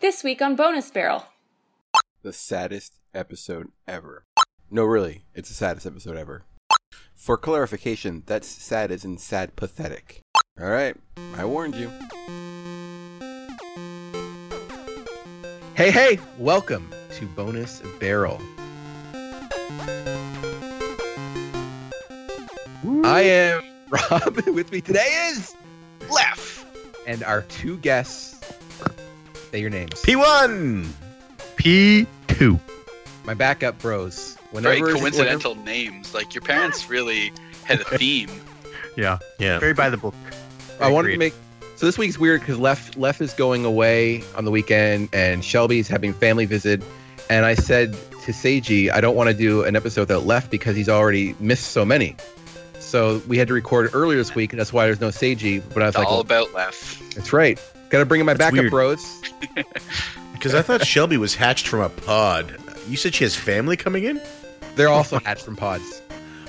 This week on Bonus Barrel. The saddest episode ever. No, really, it's the saddest episode ever. For clarification, that's sad as in sad pathetic. All right, I warned you. Hey, hey, welcome to Bonus Barrel. I am Rob, and with me today is Lef. And our two guests, say your names. P1! P2. My backup bros. Very whenever- coincidental names. Like your parents really had a theme. Yeah. Yeah. Very by the book. whenever- I wanted to make. So this week's weird because Lef, Lef is going away on the weekend, and Shelby's having family visit. And I said to Seiji, I don't want to do an episode without Lef because he's already missed so many. So we had to record earlier this week, and that's why there's no Seiji. But I was It's like, all well, about Lef. That's right. Got to bring in my That's backup weird. bros. Because I thought Shelby was hatched from a pod. You said she has family coming in? They're also hatched from pods.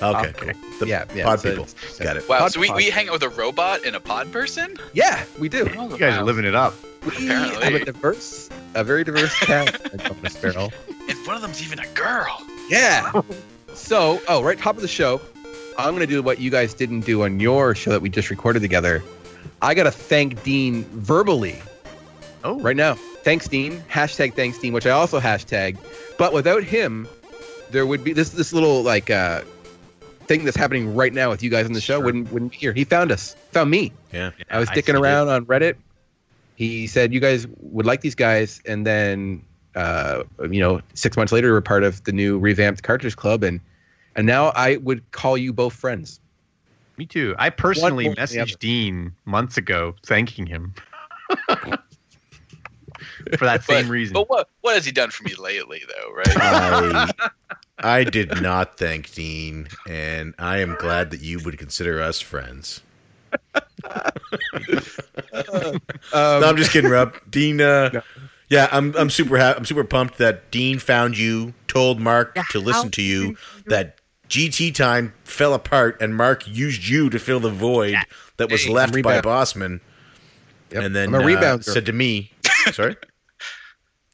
Okay, Okay. cool. The yeah, yeah. pod so- people. Got it. Wow, Pod so we, pod. we hang out with a robot and a pod person? Yeah, we do. Oh, You guys wow. are living it up. We Apparently. have a diverse, a very diverse cast at Bonus Barrel. And one of them's even a girl. Yeah. So, oh, right top of the show, I'm gonna do what you guys didn't do on your show that we just recorded together. I gotta thank Dean verbally Oh, right now. Thanks, Dean. Hashtag thanks, Dean, which I also hashtag. But without him, there would be this this little like uh, thing that's happening right now with you guys on the show Sure. wouldn't wouldn't be here. He found us, found me. Yeah. I was I dicking see it. around on Reddit. He said you guys would like these guys, and then uh, you know, six months later, we were part of the new revamped Cartridge Club, and and now I would call you both friends. Me too. I personally more than the other. messaged Dean months ago thanking him for that same reason. But oh, what what has he done for me lately Oh, though, right? I, I did not thank Dean, and I am glad that you would consider us friends. Um, no, I'm just kidding, Rob. Dean, uh, No. yeah, I'm, I'm super happy. I'm super pumped that Dean found you, told Mark to listen to you, that GT time fell apart, and Mark used you to fill the void that was Hey, left by rebound. Bossman, yep, and then I'm a uh, rebounder. said to me, sorry,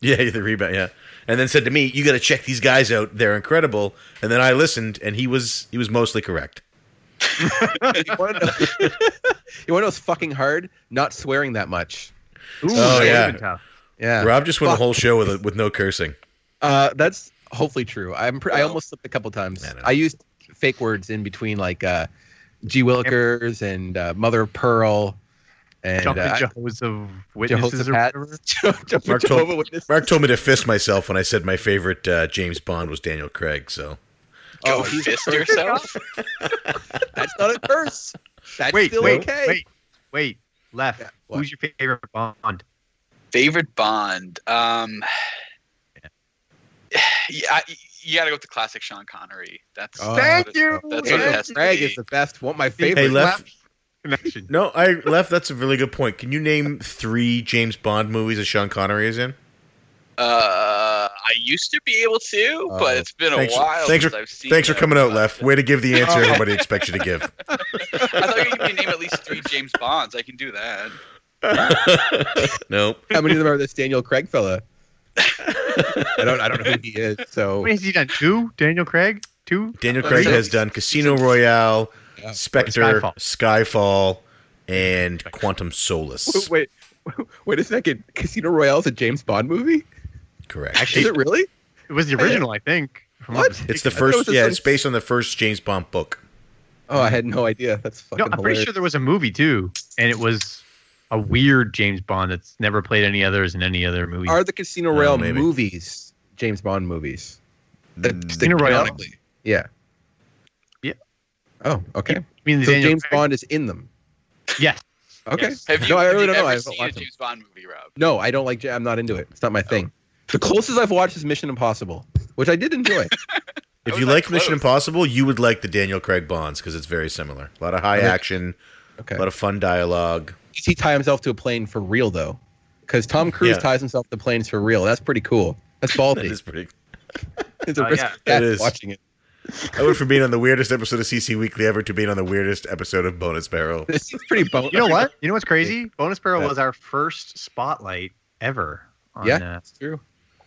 yeah, you're the rebound, yeah, and then said to me, you got to check these guys out; they're incredible. And then I listened, and he was he was mostly correct. you want to know, you wanna know what's fucking hard? Not swearing that much. Ooh, Oh, that yeah. would've been tough. Yeah, Rob just went Fuck. a whole show with with no cursing. Uh, that's hopefully true. I'm pre- I Well- almost slipped a couple times. I don't know. I used fake words in between, like uh, G Willikers and uh, Mother of Pearl, and Jumped uh, to Jehovah's Witnesses Jehovah's or Pat- Jehovah- Mark Jehovah told- Witness. Mark told me to fist myself when I said my favorite uh, James Bond was Daniel Craig. So Go Oh, he's- fist yourself. That's not a curse. That's Wait, still wait, okay. wait, wait. Left. Yeah, what? Who's your favorite Bond? Favorite Bond. Um yeah, I, you gotta go with the classic Sean Connery. That's Oh, Thank you. That's what it Daniel has to Craig be. is the best. One my favorite. hey, left. Connection. No, I left. That's a really good point. Can you name three James Bond movies that Sean Connery is in? Uh, I used to be able to, Oh. but it's been a Thanks- while thanks since for- I've seen. Thanks for them. coming out, Uh, Left. Way to give the answer everybody expects you to give. I thought you were going to name at least three James Bonds. I can do that. nope. How many of them are this Daniel Craig fella? I don't. I don't know who he is. So What has he done? Two? Daniel Craig? Two? Daniel Craig has done Casino Royale, Yeah. Spectre, Skyfall. Skyfall, and Quantum Solace. wait, wait a second. Casino Royale is a James Bond movie. Correct. Is Actually, it really? it was the original, I think. if I'm not What? mistaken. it's the thought it was first. just Yeah, like- it's based on the first James Bond book. Oh, I had no idea. That's fucking. No, I'm pretty hilarious. sure there was a movie too, and it was a weird James Bond that's never played any others in any other movie. Are the Casino Oh, Royale maybe. movies James Bond movies? The, Casino Royale. canonically. Yeah. Yeah. Oh, okay. I mean, So Daniel James Craig- Bond is in them. Yes. Okay. Yes. Have you, No, I have really you don't know. ever I haven't seen a watched them. James Bond movie, Rob? No, I don't like. Ja- I'm not into it. It's not my thing. The closest I've watched is Mission Impossible, which I did enjoy. If was you that like Mission close. Impossible, you would like the Daniel Craig Bonds because it's very similar. A lot of high Okay. action, Okay. a lot of fun dialogue. Does he tie himself to a plane for real though? Because Tom Cruise Yeah. ties himself to planes for real. That's pretty cool. That's That ballsy. is pretty it's a Oh, risk yeah. of death It is. watching it. I went from being on the weirdest episode of CC Weekly ever to being on the weirdest episode of Bonus Barrel. This is pretty. Bon- You know what? You know what's crazy? Bonus Barrel Yeah. was our first spotlight ever on Yeah. uh, That's true.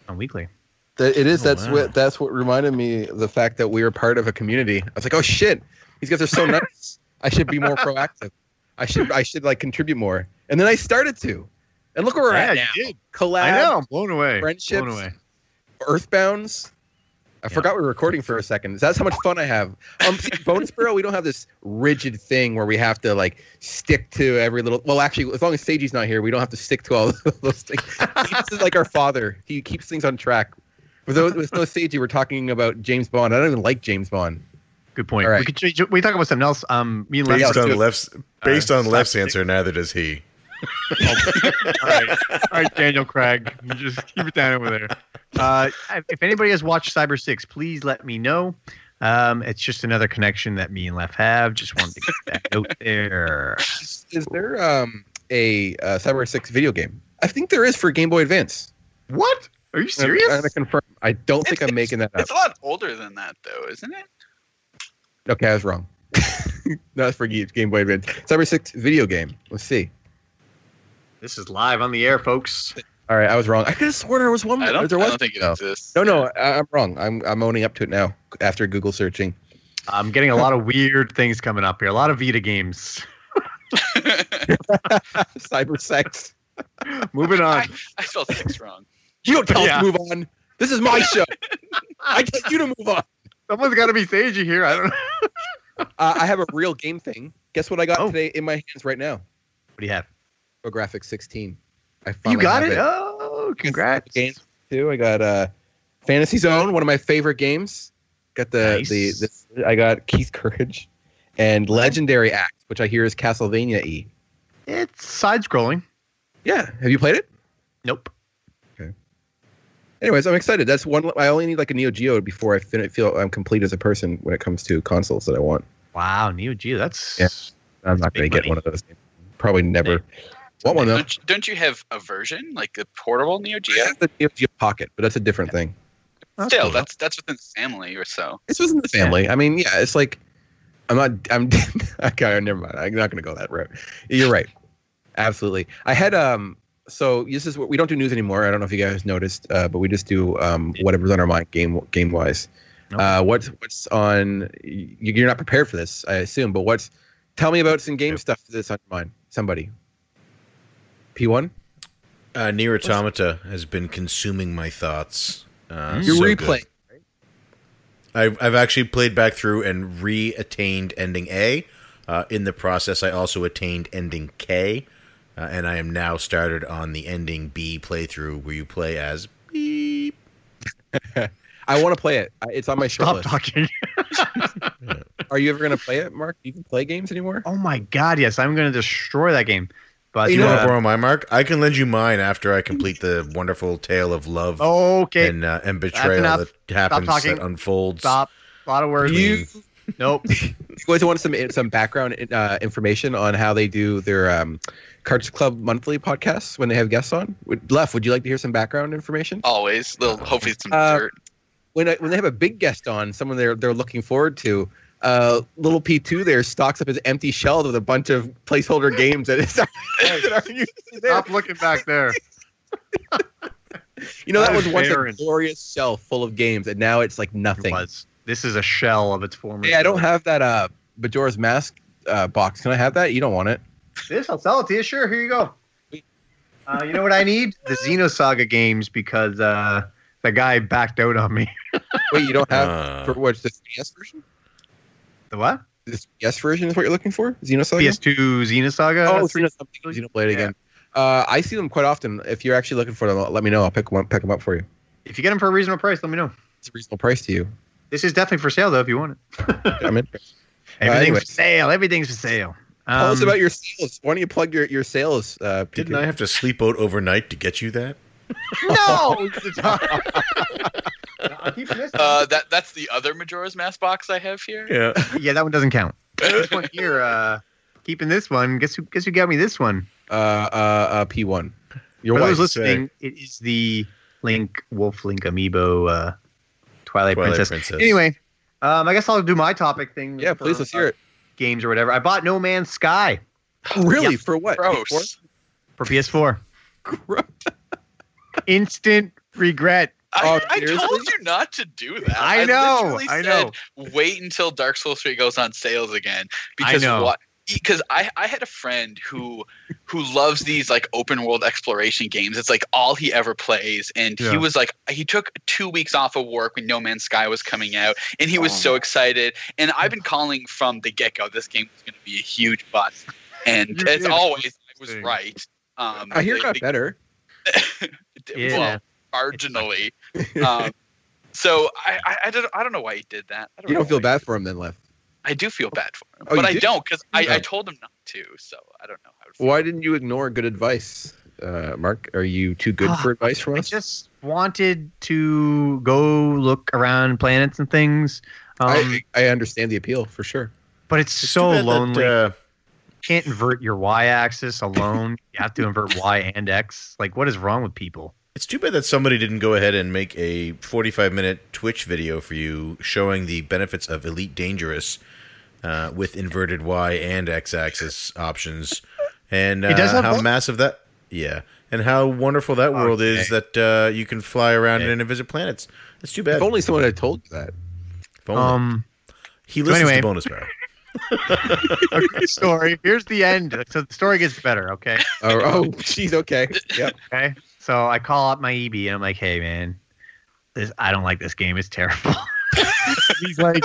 on weekly. That it is. Oh, that's wow. what that's what reminded me of the fact that we are part of a community. I was like, oh shit, these guys are so nice. I should be more proactive. I should I should like contribute more. And then I started to, and look where we're at now. you did. Collab, I know. I'm blown away. friendships. Blown away. Earthbounds. I Yeah. forgot we were recording for a second. That's how much fun I have. Um, see, Bonus Barrel, we don't have this rigid thing where we have to like stick to every little. Well, actually, as long as Seiji's not here, we don't have to stick to all those things. He's just like our father. He keeps things on track. With no, with no Seiji, we're talking about James Bond. I don't even like James Bond. Good point. All right. We could change. We talk about something else. Um, me and Based Lex. on All left's based on slap left's stick. answer, neither does he. right, all right, Daniel Craig, you just keep it down over there. Uh, if anybody has watched Cyber Six, please let me know. Um, it's just another connection that me and Left have. Just wanted to get that out there. Is there um, a uh, Cyber Six video game? I think there is for Game Boy Advance. What? Are you serious? I'm gonna confirm. I don't think I'm making that up. It's a lot older than that, though, isn't it? Okay, I was wrong. That's for Ge- Game Boy Advance. Cyber Six video game. Let's see. This is live on the air, folks. All right, I was wrong. I could have sworn there was one. I don't, there I was don't think it no. exists. No, no, I, I'm wrong. I'm I'm owning up to it now after Google searching. I'm getting a lot of weird things coming up here. A lot of Vita games. Cyber Sex. Moving on. I spelled six wrong. You don't tell Yeah. us to move on. This is my show. I tell you to move on. Someone's got to be Sagey here. I don't know. Uh, I have a real game thing. Guess what I got Oh. today in my hands right now? What do you have? A graphic 16. I You finally got have it? Oh, congrats. Game too. I got uh, Fantasy Zone, one of my favorite games. Got the Nice. the this, I got Keith Courage, and Legendary Act, which I hear is Castlevania E. It's side scrolling. Yeah, have you played it? Nope. Anyways, I'm excited. That's one. I only need like a Neo Geo before I fin- feel I'm complete as a person when it comes to consoles that I want. Wow, Neo Geo. That's. Yeah. I'm That's not going big to get money. one of those. Probably never. Want one though? Don't you, don't you have a version like the portable Neo Geo? I have the Neo Geo Pocket, but that's a different thing. that's Still, cool. that's that's within the family or so. It's within the family. I mean, yeah, it's like I'm not. I'm okay. Never mind. I'm not going to go that route. You're right. Absolutely. I had um. So this is what we don't do news anymore. I don't know if you guys noticed, uh, but we just do um whatever's on our mind game game wise. No. Uh, what's what's on? You, you're not prepared for this, I assume. But what's? Tell me about some game stuff that's on your mind. Somebody. P one. Uh, Near Automata has been consuming my thoughts. Uh, You're so good. replaying. I've, I've actually played back through and re attained ending A. Uh, in the process, I also attained ending K, uh, and I am now started on the ending B playthrough where you play as beep. I want to play it. I- It's on my short Stop list. talking. Are you ever going to play it, Mark? Do you even play games anymore? Oh my God! Yes, I'm going to destroy that game. But Do you uh, want to borrow my mark? I can lend you mine after I complete the wonderful tale of love Oh, okay, and uh, and betrayal enough. that happens that talking. unfolds. stop. A lot of words. You Nope. you guys want some some background uh, information on how they do their um, Cards Club monthly podcasts when they have guests on? Would, Lef, would you like to hear some background information? Always, little hopefully some Uh, dessert. When I, when they have a big guest on, someone they're they're looking forward to, uh, little P two there stocks up his empty shelves with a bunch of placeholder games that is that are usually there. Stop looking back there. You know that I was was once a barren. glorious shelf full of games, and now it's like It nothing. was. This is a shell of its former. Hey, I don't have that uh, Bajora's Mask uh, box. Can I have that? You don't want it. This, I'll sell it to you. Sure, here you go. Uh, you know what I need? The Xenosaga games because uh, the guy backed out on me. Wait, you don't have Uh, for what's the 3DS version? The what? this PS version is what you're looking for? Xenosaga? PS2 Xenosaga. Oh, That's- Xenosaga. Xenoblade again. Uh, I see them quite often. If you're actually looking for them, let me know. I'll pick one, pick them up for you. If you get them for a reasonable price, let me know. It's a reasonable price to you. This is definitely for sale though, if you want it. I mean, Everything's anyway. for sale. Everything's for sale. tell us Um, about your sales. Why don't you plug your your sales? Uh, PK? didn't I have to sleep out overnight to get you that? no. I keep missing. Uh, that that's the other Majora's Mask box I have here. Yeah. yeah, that one doesn't count. This one here, uh, keeping this one. Guess who? Guess who got me this one? Uh, uh, uh, P1. Your For wife. those listening, it is the Link Wolf Link Amiibo uh, Twilight, Twilight Princess. Princess. Anyway, um, I guess I'll do my topic thing. yeah, for, please let's hear it. uh, Games or whatever. I bought No Man's Sky really? yeah. For what? Gross. For- for PS4. Gross. Instant regret. I, Oh, I told seriously? you not to do that. I know. literally I, know. Said, Wait until Dark Souls three goes on sales again I because know. what? Because I, I had a friend who who loves these like open world exploration games. It's like all he ever plays, and Yeah. he was like he took two weeks off of work when No Man's Sky was coming out, and he was Oh. so excited. And I've been calling from the get go. This game was going to be a huge bust, and You as did. always, I was Thing. right. Um, I hear it the- got better. the- Yeah. well, marginally. um, so I, I, I don't I don't know why he did that. I don't You know don't feel why bad for him then, Left. he- I do feel bad for him, Oh, but you I do? don't because I, I Oh. told him not to. So I don't know. How it Why didn't you ignore good advice, uh, Mark? Are you too good for advice from Ah, I us? just wanted to go look around planets and things. Um, I, I understand the appeal for sure. but it's, It's so too bad that, lonely. uh, you can't invert your y axis alone. you have to invert y and x. Like, what is wrong with people? it's too bad that somebody didn't go ahead and make a 45 minute Twitch video for you showing the benefits of Elite Dangerous uh, with inverted Y and X axis options, and uh, It does have how both? massive that yeah, and how wonderful that world is that uh, you can fly around Okay. and visit planets. It's too If bad. only someone had told you that. If only. Um, he so listens anyway. to bonus barrel. okay, story. Here's the end. So the story gets better. Okay. Or, oh, jeez, okay. Yep. Okay. So I call up my EB and I'm like, hey, man, this, I don't like this game. It's terrible. he's like,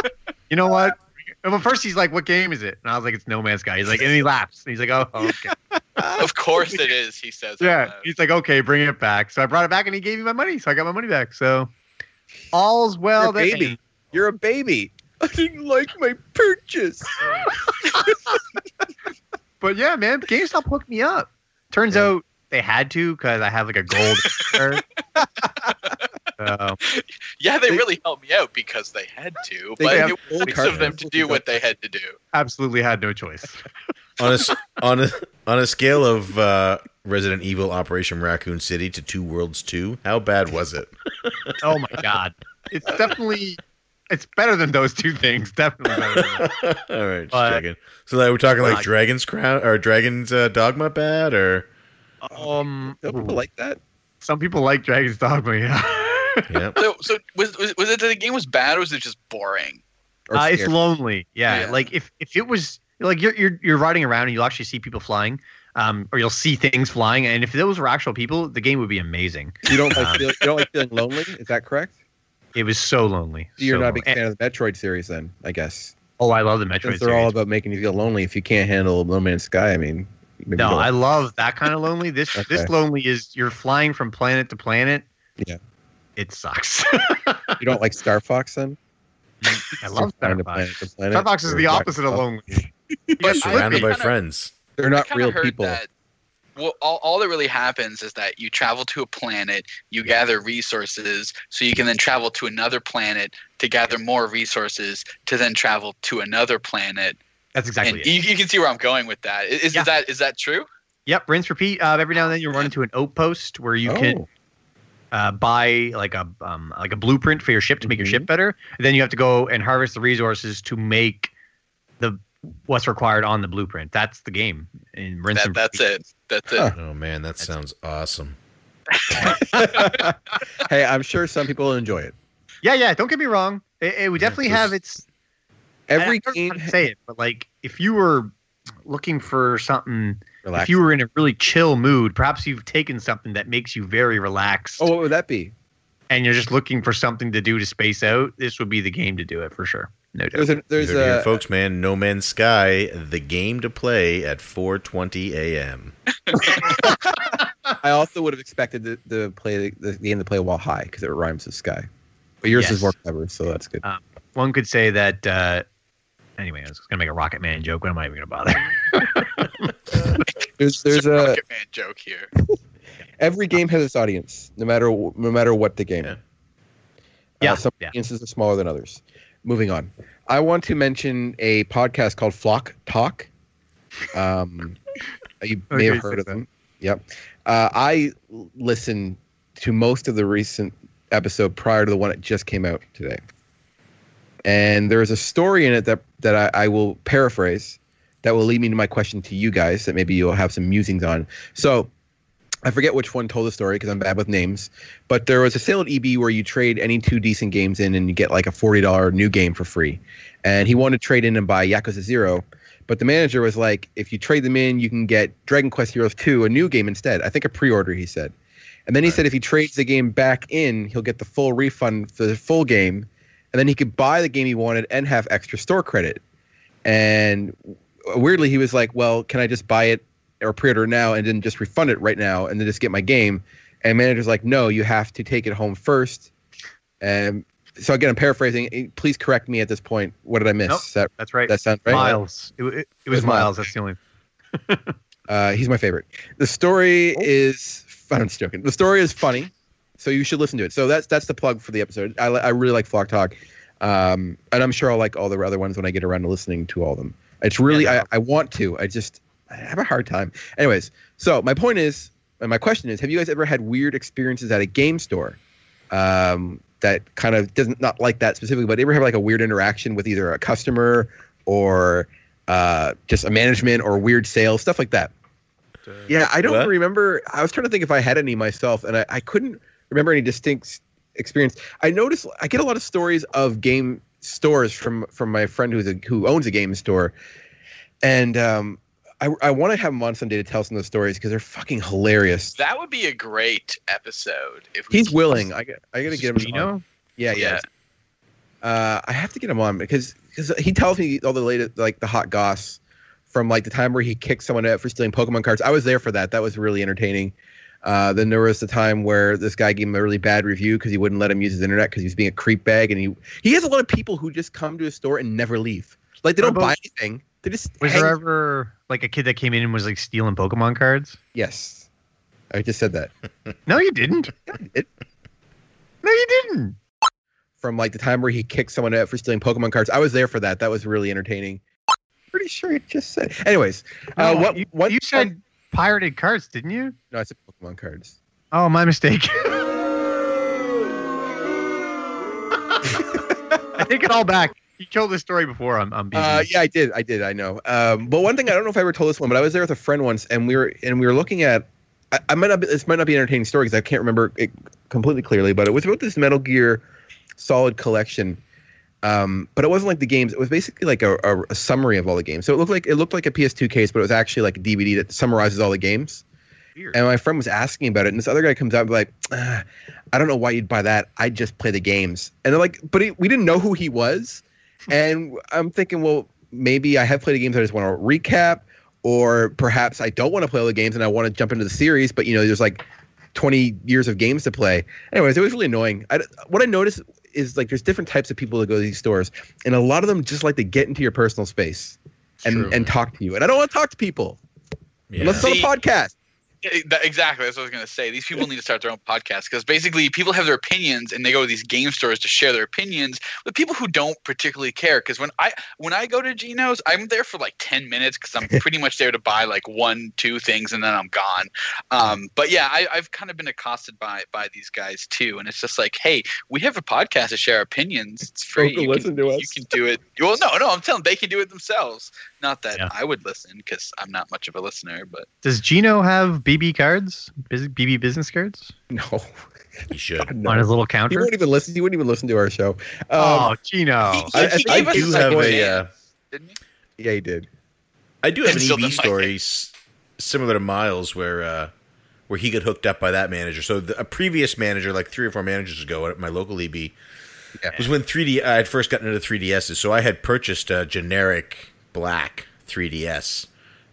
you know what? Well, first he's like, what game is it? And I was like, it's No Man's Sky. He's like, and he laughs. And he's like, oh, okay. feels. Of course it is. He says. out Yeah. loud. He's like, okay, bring it back. So I brought it back and he gave me my money. So I got my money back. So all's well You're a that baby. ends. You're a baby. I didn't like my purchase. But yeah, man, GameStop hooked me up. Turns out they had to because I have like a gold. card. so, yeah, they, They- really helped me out because they had to, They but have it was old nice cards. of them to do what they had to do. absolutely had no choice. on a s- on a on a scale of uh, Resident Evil Operation Raccoon City to Two Worlds Two, how bad was it? Oh my god. It's definitely it's better than those two things. Definitely better than that. All right, just But- checking. So like, we're talking like Well, I- Dragon's Crown or Dragon's uh, Dogma bad, or Um Don't people like that? some people like Dragon's Dogma, yeah. yeah, So, so was, was was it that the game was bad or was it just boring? Or Uh, it's scared? lonely. Yeah. Yeah. Like if if it was like you're you're you're riding around and you'll actually see people flying. Um, or you'll see things flying, and if those were actual people, the game would be amazing. you don't like feel, you don't like feeling lonely. Is that correct? It was so lonely. You're so not a lonely. big fan of the Metroid series, then I guess. Oh, I love the Since Metroid they're all series. about making you feel lonely. If you can't handle No Man's Sky, I mean, maybe you No, don't. I love that kind of lonely. This this Okay. lonely is you're flying from planet to planet. Yeah. it sucks. you don't like Star Fox then. I love Trying Star to Fox. planet to planet Star Fox is or the Black opposite of Fox. lonely. But I- surrounded by I kinda- friends. They're I not kinda real heard people. That, well, all, all that really happens is that you travel to a planet, you gather resources, so you can then travel to another planet to gather more resources to then travel to another planet. That's exactly and it. you, you can see where I'm going with that. Is, is Yeah. that is that true? Yep, rinse, repeat. Uh, every now and then you run into an outpost where you oh, can uh, buy like a um, like a blueprint for your ship to make your Mhm. ship better. And then you have to go and harvest the resources to make the what's required on the blueprint. That's the game. And rinse That, and that's repeat. it. That's Huh. it. Oh man, that sounds awesome. hey, I'm sure some people will enjoy it. Yeah, yeah. Don't get me wrong. It, it would Yeah, definitely this- have its. Every I, I don't know game. how to say it, but like if you were looking for something Relax. if you were in a really chill mood, perhaps you've taken something that makes you very relaxed oh, what would that be? and you're just looking for something to do to space out, this would be the game to do it for sure. No doubt. There's a there's You heard it here, a folks, man, No Man's Sky, the game to play at 4:20 a.m. I also would have expected the, the play the, the game to play while high because it rhymes with sky. But yours Yes. is more clever, so that's good. One could say that. Uh, anyway, I was going to make a Rocket Man joke, but I'm not even going to bother. There's It's there's a Rocket Man joke here. every game has its audience, no matter wh- no matter what the game. Yeah. Uh, Yeah, some yeah. audiences are smaller than others. Moving on, I want to mention a podcast called Flock Talk. Um, you may Okay, have heard so of them. Yep, uh, I l- listened to most of the recent episode prior to the one that just came out today, and there is a story in it that that I, I will paraphrase that will lead me to my question to you guys that maybe you'll have some musings on. So I forget which one told the story because I'm bad with names, but there was a sale at EB where you trade any two decent games in and you get like a $40 new game for free. And he wanted to trade in and buy Yakuza 0, but the manager was like, if you trade them in, you can get Dragon Quest Heroes 2, a new game instead. I think a pre order, he said. And then he said if he trades the game back in, he'll get the full refund for the full game. And then he could buy the game he wanted and have extra store credit. And weirdly, he was like, well, can I just buy it or pre-order now and then just refund it right now and then just get my game. And manager's like, no, you have to take it home first. And so again, I'm paraphrasing. Eh, Please correct me at this point. What did I miss? Nope. Does That, That's right. that sound right? Miles. It, it, it was was Miles. Miles. That's the only. Uh, he's my favorite. The story is I'm just joking. The story is funny, so you should listen to it. So that's that's the plug for the episode. I, li- I really like Flock Talk, um, and I'm sure I'll like all the other ones when I get around to listening to all of them. It's really Yeah, no. I, I want to. I just I have a hard time. Anyways, so my point is, and my question is, have you guys ever had weird experiences at a game store? Um, that kind of doesn't not like that specifically, but ever have like a weird interaction with either a customer or uh, just a management or weird sales stuff like that. Yeah, I don't What? remember. I was trying to think if I had any myself, and I, I couldn't remember any distinct s- experience. I notice I get a lot of stories of game stores from from my friend who's a, who owns a game store, and um, I I want to have him on someday to tell some of those stories because they're fucking hilarious. That would be a great episode if we He's willing. I got I got to get him. You know, Yeah, yeah. Uh, I have to get him on because because he tells me all the latest like the hot goss from like the time where he kicked someone out for stealing Pokemon cards. I was there for that. That was really entertaining. Uh, then there was the time where this guy gave him a really bad review because he wouldn't let him use his internet because he was being a creep bag, and he he has a lot of people who just come to his store and never leave. Like they What don't buy about- anything. They just was hang- there ever like a kid that came in and was like stealing Pokemon cards? yes. I just said that. No, you didn't. It- No, you didn't. from like the time where he kicked someone out for stealing Pokemon cards. I was there for that. That was really entertaining. Pretty sure it just said. Anyways, uh, No, what you, what you said? Pirated cards, didn't you? No, I said Pokemon cards. Oh, my mistake. I take it all back. You told this story before. I'm, I'm being. Uh, yeah, I did. I did. I know. Um, but one thing I don't know if I ever told this one, but I was there with a friend once, and we were and we were looking at. I, I might not. Be, this might not be an entertaining story because I can't remember it completely clearly, but it was about this Metal Gear Solid collection. Um, but it wasn't like the games. It was basically like a, a, a summary of all the games. So it looked like it looked like a PS2 case, but it was actually like a DVD that summarizes all the games. weird. And my friend was asking about it, and this other guy comes out and be like, "Ah, I don't know why you'd buy that. I just play the games. And they're like, but he, we didn't know who he was. And I'm thinking, well, maybe I have played the games. I just want to recap, or perhaps I don't want to play all the games and I want to jump into the series. But you know, there's like 20 years of games to play. Anyways, it was really annoying. I, what I noticed is like there's different types of people that go to these stores, and a lot of them just like to get into your personal space and True. and talk to you. And I don't want to talk to people Yeah. unless it's on a See- podcast. Eh, that- Exactly. That's what I was going to say. These people need to start their own podcast because basically people have their opinions and they go to these game stores to share their opinions with people who don't particularly care. Because when I when I go to Geno's, I'm there for like ten minutes because I'm pretty much there to buy like one two things and then I'm gone. Um, but yeah, I, I've kind of been accosted by by these guys too, and it's just like, hey, we have a podcast to share opinions. It's free. go You listen can, to You us. can do it. Well, no, no, I'm telling they can do it themselves. Not that Yeah. I would listen because I'm not much of a listener, but. Does Gino have BB cards? Bus- BB business cards No. You should. No. on his little He counter? wouldn't even listen. He wouldn't even listen to our show. Um, oh, He- Gino! I- he I think gave I us do a have a. chance, Uh, didn't he? yeah, he did. I do have And still an EB didn't like it. story s- similar to Miles, where uh, where he got hooked up by that manager. So the, a previous manager, like three or four managers ago at my local EB, was when 3D. I had first gotten into 3DSs, so I had purchased a generic black 3DS,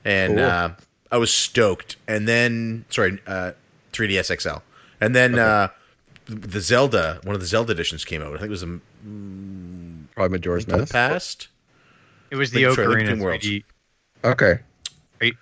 and Cool. uh, I was stoked. And then, sorry, uh, 3DS XL, and then uh, the Zelda, one of the Zelda editions came out. I think it was mm, the, Probably Majora's the Mask. past. It was the Link Between- Link Ocarina Between Worlds. 3D. Okay.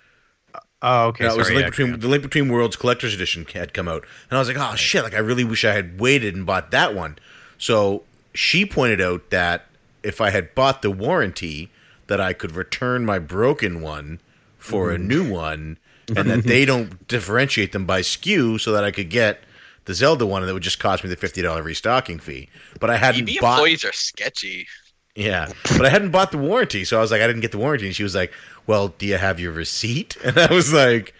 Oh, okay. No, it was sorry, the Link yeah, Between the Link Between Worlds Collector's Edition had come out, and I was like, "Oh shit!" Like I really wish I had waited and bought that one. So she pointed out that if I had bought the warranty, that I could return my broken one for a Mm-hmm. new one, and that they don't differentiate them by SKU, so that I could get the Zelda one, and that would just cost me the fifty dollar restocking fee. But I hadn't EB bought. employees are sketchy. Yeah, but I hadn't bought the warranty, so I was like, I didn't get the warranty. And she was like, Well, do you have your receipt? And I was like,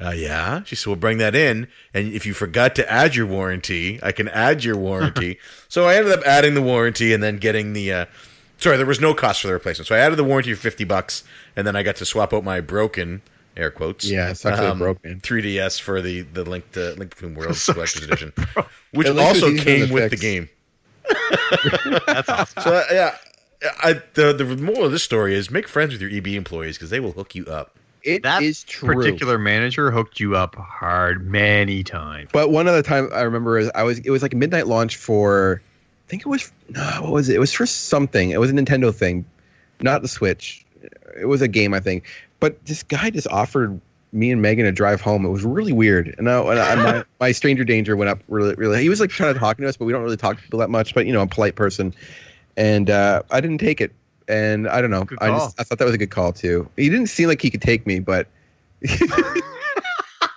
Uh, yeah. She said, Well, bring that in. And if you forgot to add your warranty, I can add your warranty. so I ended up adding the warranty and then getting the. Uh, sorry, there was no cost for the replacement. So I added the warranty for 50 bucks, and then I got to swap out my broken, air quotes, Yeah, it's actually um, broken. 3DS for the, the Link, to, Link Between Worlds Collector's Edition, which At least it also was easier came to with the fix. game. That's awesome. So uh, yeah, I, the the moral of this story is make friends with your EB employees because they will hook you up. It is That true. Particular manager hooked you up hard many times. But one other time I remember is I was it was like a midnight launch for I think it was no what was it? It was for something. It was a Nintendo thing, not the Switch. It was a game I think. But this guy just offered me and Megan a drive home. It was really weird. And, I, and I- my, my stranger danger went up really really. He was like trying to talk to us, but we don't really talk to people that much. But you know, I'm a polite person, and uh, I didn't take it. And I don't know. Good I call. just I thought that was a good call too. He didn't seem like he could take me, but.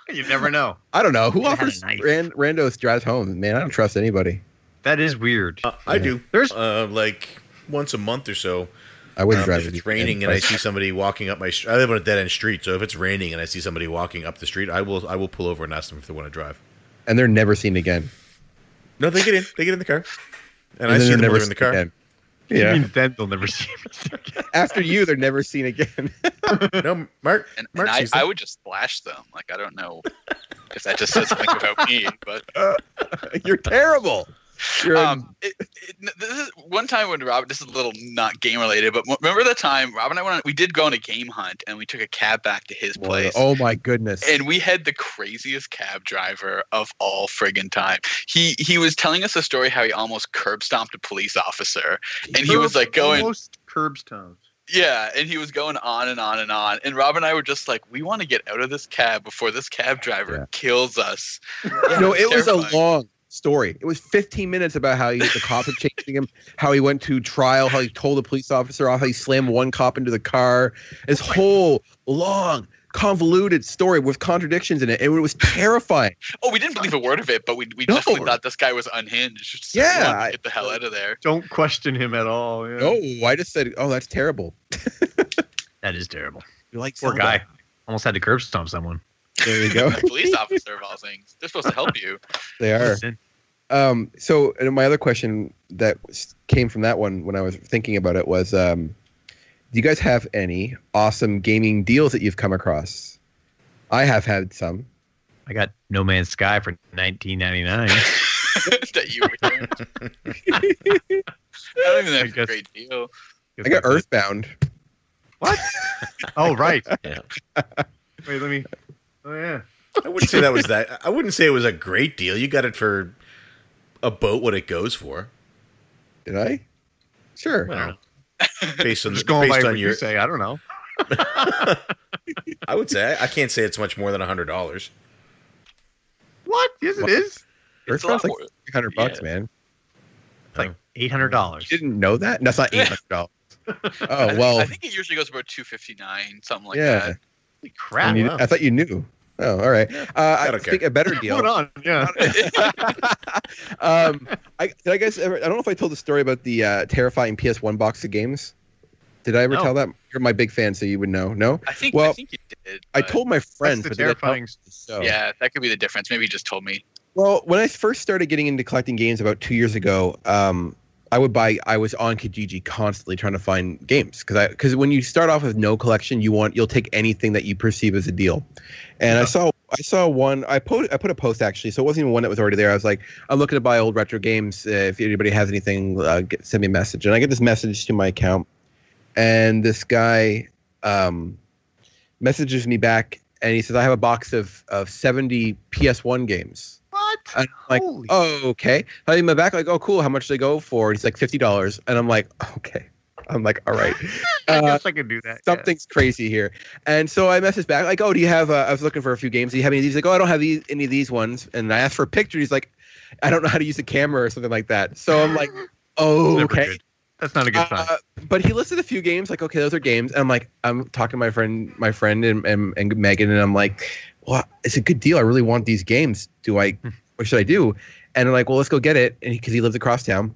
You never know. I don't know who Could've had a offers knife. ran, randos drives home. Man, I don't trust anybody. That is weird. Uh, I Yeah. do. There's Uh, like once a month or so. I wouldn't um, drive if it. it's raining and I see somebody walking up my, str- I live on a dead end street, so if it's raining and I see somebody walking up the street, I will I will pull over and ask them if they want to drive. and they're never seen again. No, they get in. They get in the car, and, then I see they're them never never in the seen car. again. yeah. Yeah. then they'll never see me. After you, they're never seen again. No, Mark. And, and Mark I, sees them. I would just flash them. Like I don't know if that just says something about me, but You're terrible. You're um, it, it, n- this is one time when Rob. This is a little not game related, but w- remember the time Rob and I went on. We did go on a game hunt, and we took a cab back to his place. oh my goodness. and we had the craziest cab driver of all friggin' time. He he was telling us a story how he almost curb stomped a police officer, and he was like going, almost curb stones. yeah, and he was going on and on and on. And Rob and I were just like, we want to get out of this cab before this cab driver Yeah. kills us. no, it was terrifying. a long story. It was 15 minutes about how he, the cops were chasing him, how he went to trial, how he told a police officer off, how he slammed one cop into the car. This whole long, convoluted story with contradictions in it, and it was terrifying. Oh, we didn't believe a word of it, but we we No. definitely thought this guy was unhinged. So we Yeah, wanted to I- get the hell out of there. Don't question him at all. yeah. No, I just said, oh, that's terrible. that is terrible. You like Poor Zelda. guy. Almost had to curb stomp someone. There you go. A police officer of all things, they're supposed to help you. they are. Listen, Um, so, and my other question that s- came from that one when I was thinking about it was, um, do you guys have any awesome gaming deals that you've come across? I have had some. I got No Man's Sky for 19.99. that you. Returned. I don't even I think that's a guess- great deal. I got Earthbound. What? Oh right. Yeah. Wait, let me. Oh yeah. I wouldn't say that was that. I wouldn't say it was a great deal. You got it for a boat what it goes for. Did I? Sure. Well, based on Just going based by on what your, you say. I don't know. I would say I, I can't say it's much more than hundred dollars. What? Yes, it is. It's a lot Earthbound's like more. three hundred bucks, man. Eight hundred dollars. You didn't know that? That's not Yeah. eight hundred dollars. I Oh think- well. I think it usually goes about two fifty nine, something like yeah. that. Holy I, crap! knew- wow. I thought you knew. Oh, all right. Uh, I don't think a better deal. Hold on. Yeah. um, I, did I guys ever? I don't know if I told the story about the uh, terrifying PS1 box of games. Did I ever No. tell that? You're my big fan, so you would know. No, I think. Well, I think you did. I but- told my friends. Uh, That's the but did I tell terrifying. the show? Yeah, that could be the difference. Maybe he just told me. Well, when I first started getting into collecting games about two years ago, um, I would buy. I was on Kijiji constantly trying to find games because I because when you start off with no collection, you want you'll take anything that you perceive as a deal. And I saw I saw one. I put I put a post actually, so it wasn't even one that was already there. I was like, I'm looking to buy old retro games. Uh, if anybody has anything, uh, get, send me a message. And I get this message to my account, and this guy um, messages me back, and he says, I have a box of of 70 PS1 games. What? And I'm like, Holy. oh, okay. I my back, like, oh, cool. How much do they go for? And he's like, fifty dollars. And I'm like, okay. I'm like, all right. I Uh, guess I could do that. yeah. something's crazy here. And so I messaged back, like, oh, do you have? Uh, I was looking for a few games. Do you have any of these? He's like, oh, I don't have these, any of these ones. And I asked for a picture. He's like, I don't know how to use a camera or something like that. So I'm like, It's oh, never okay. good. That's not a good sign. Uh, but he listed a few games, like okay, those are games. And I'm like, I'm talking to my friend, my friend, and and, and Megan, and I'm like, well, it's a good deal. I really want these games. Do I? Hmm. What should I do? And I'm like, well, let's go get it, and because he, lives across town,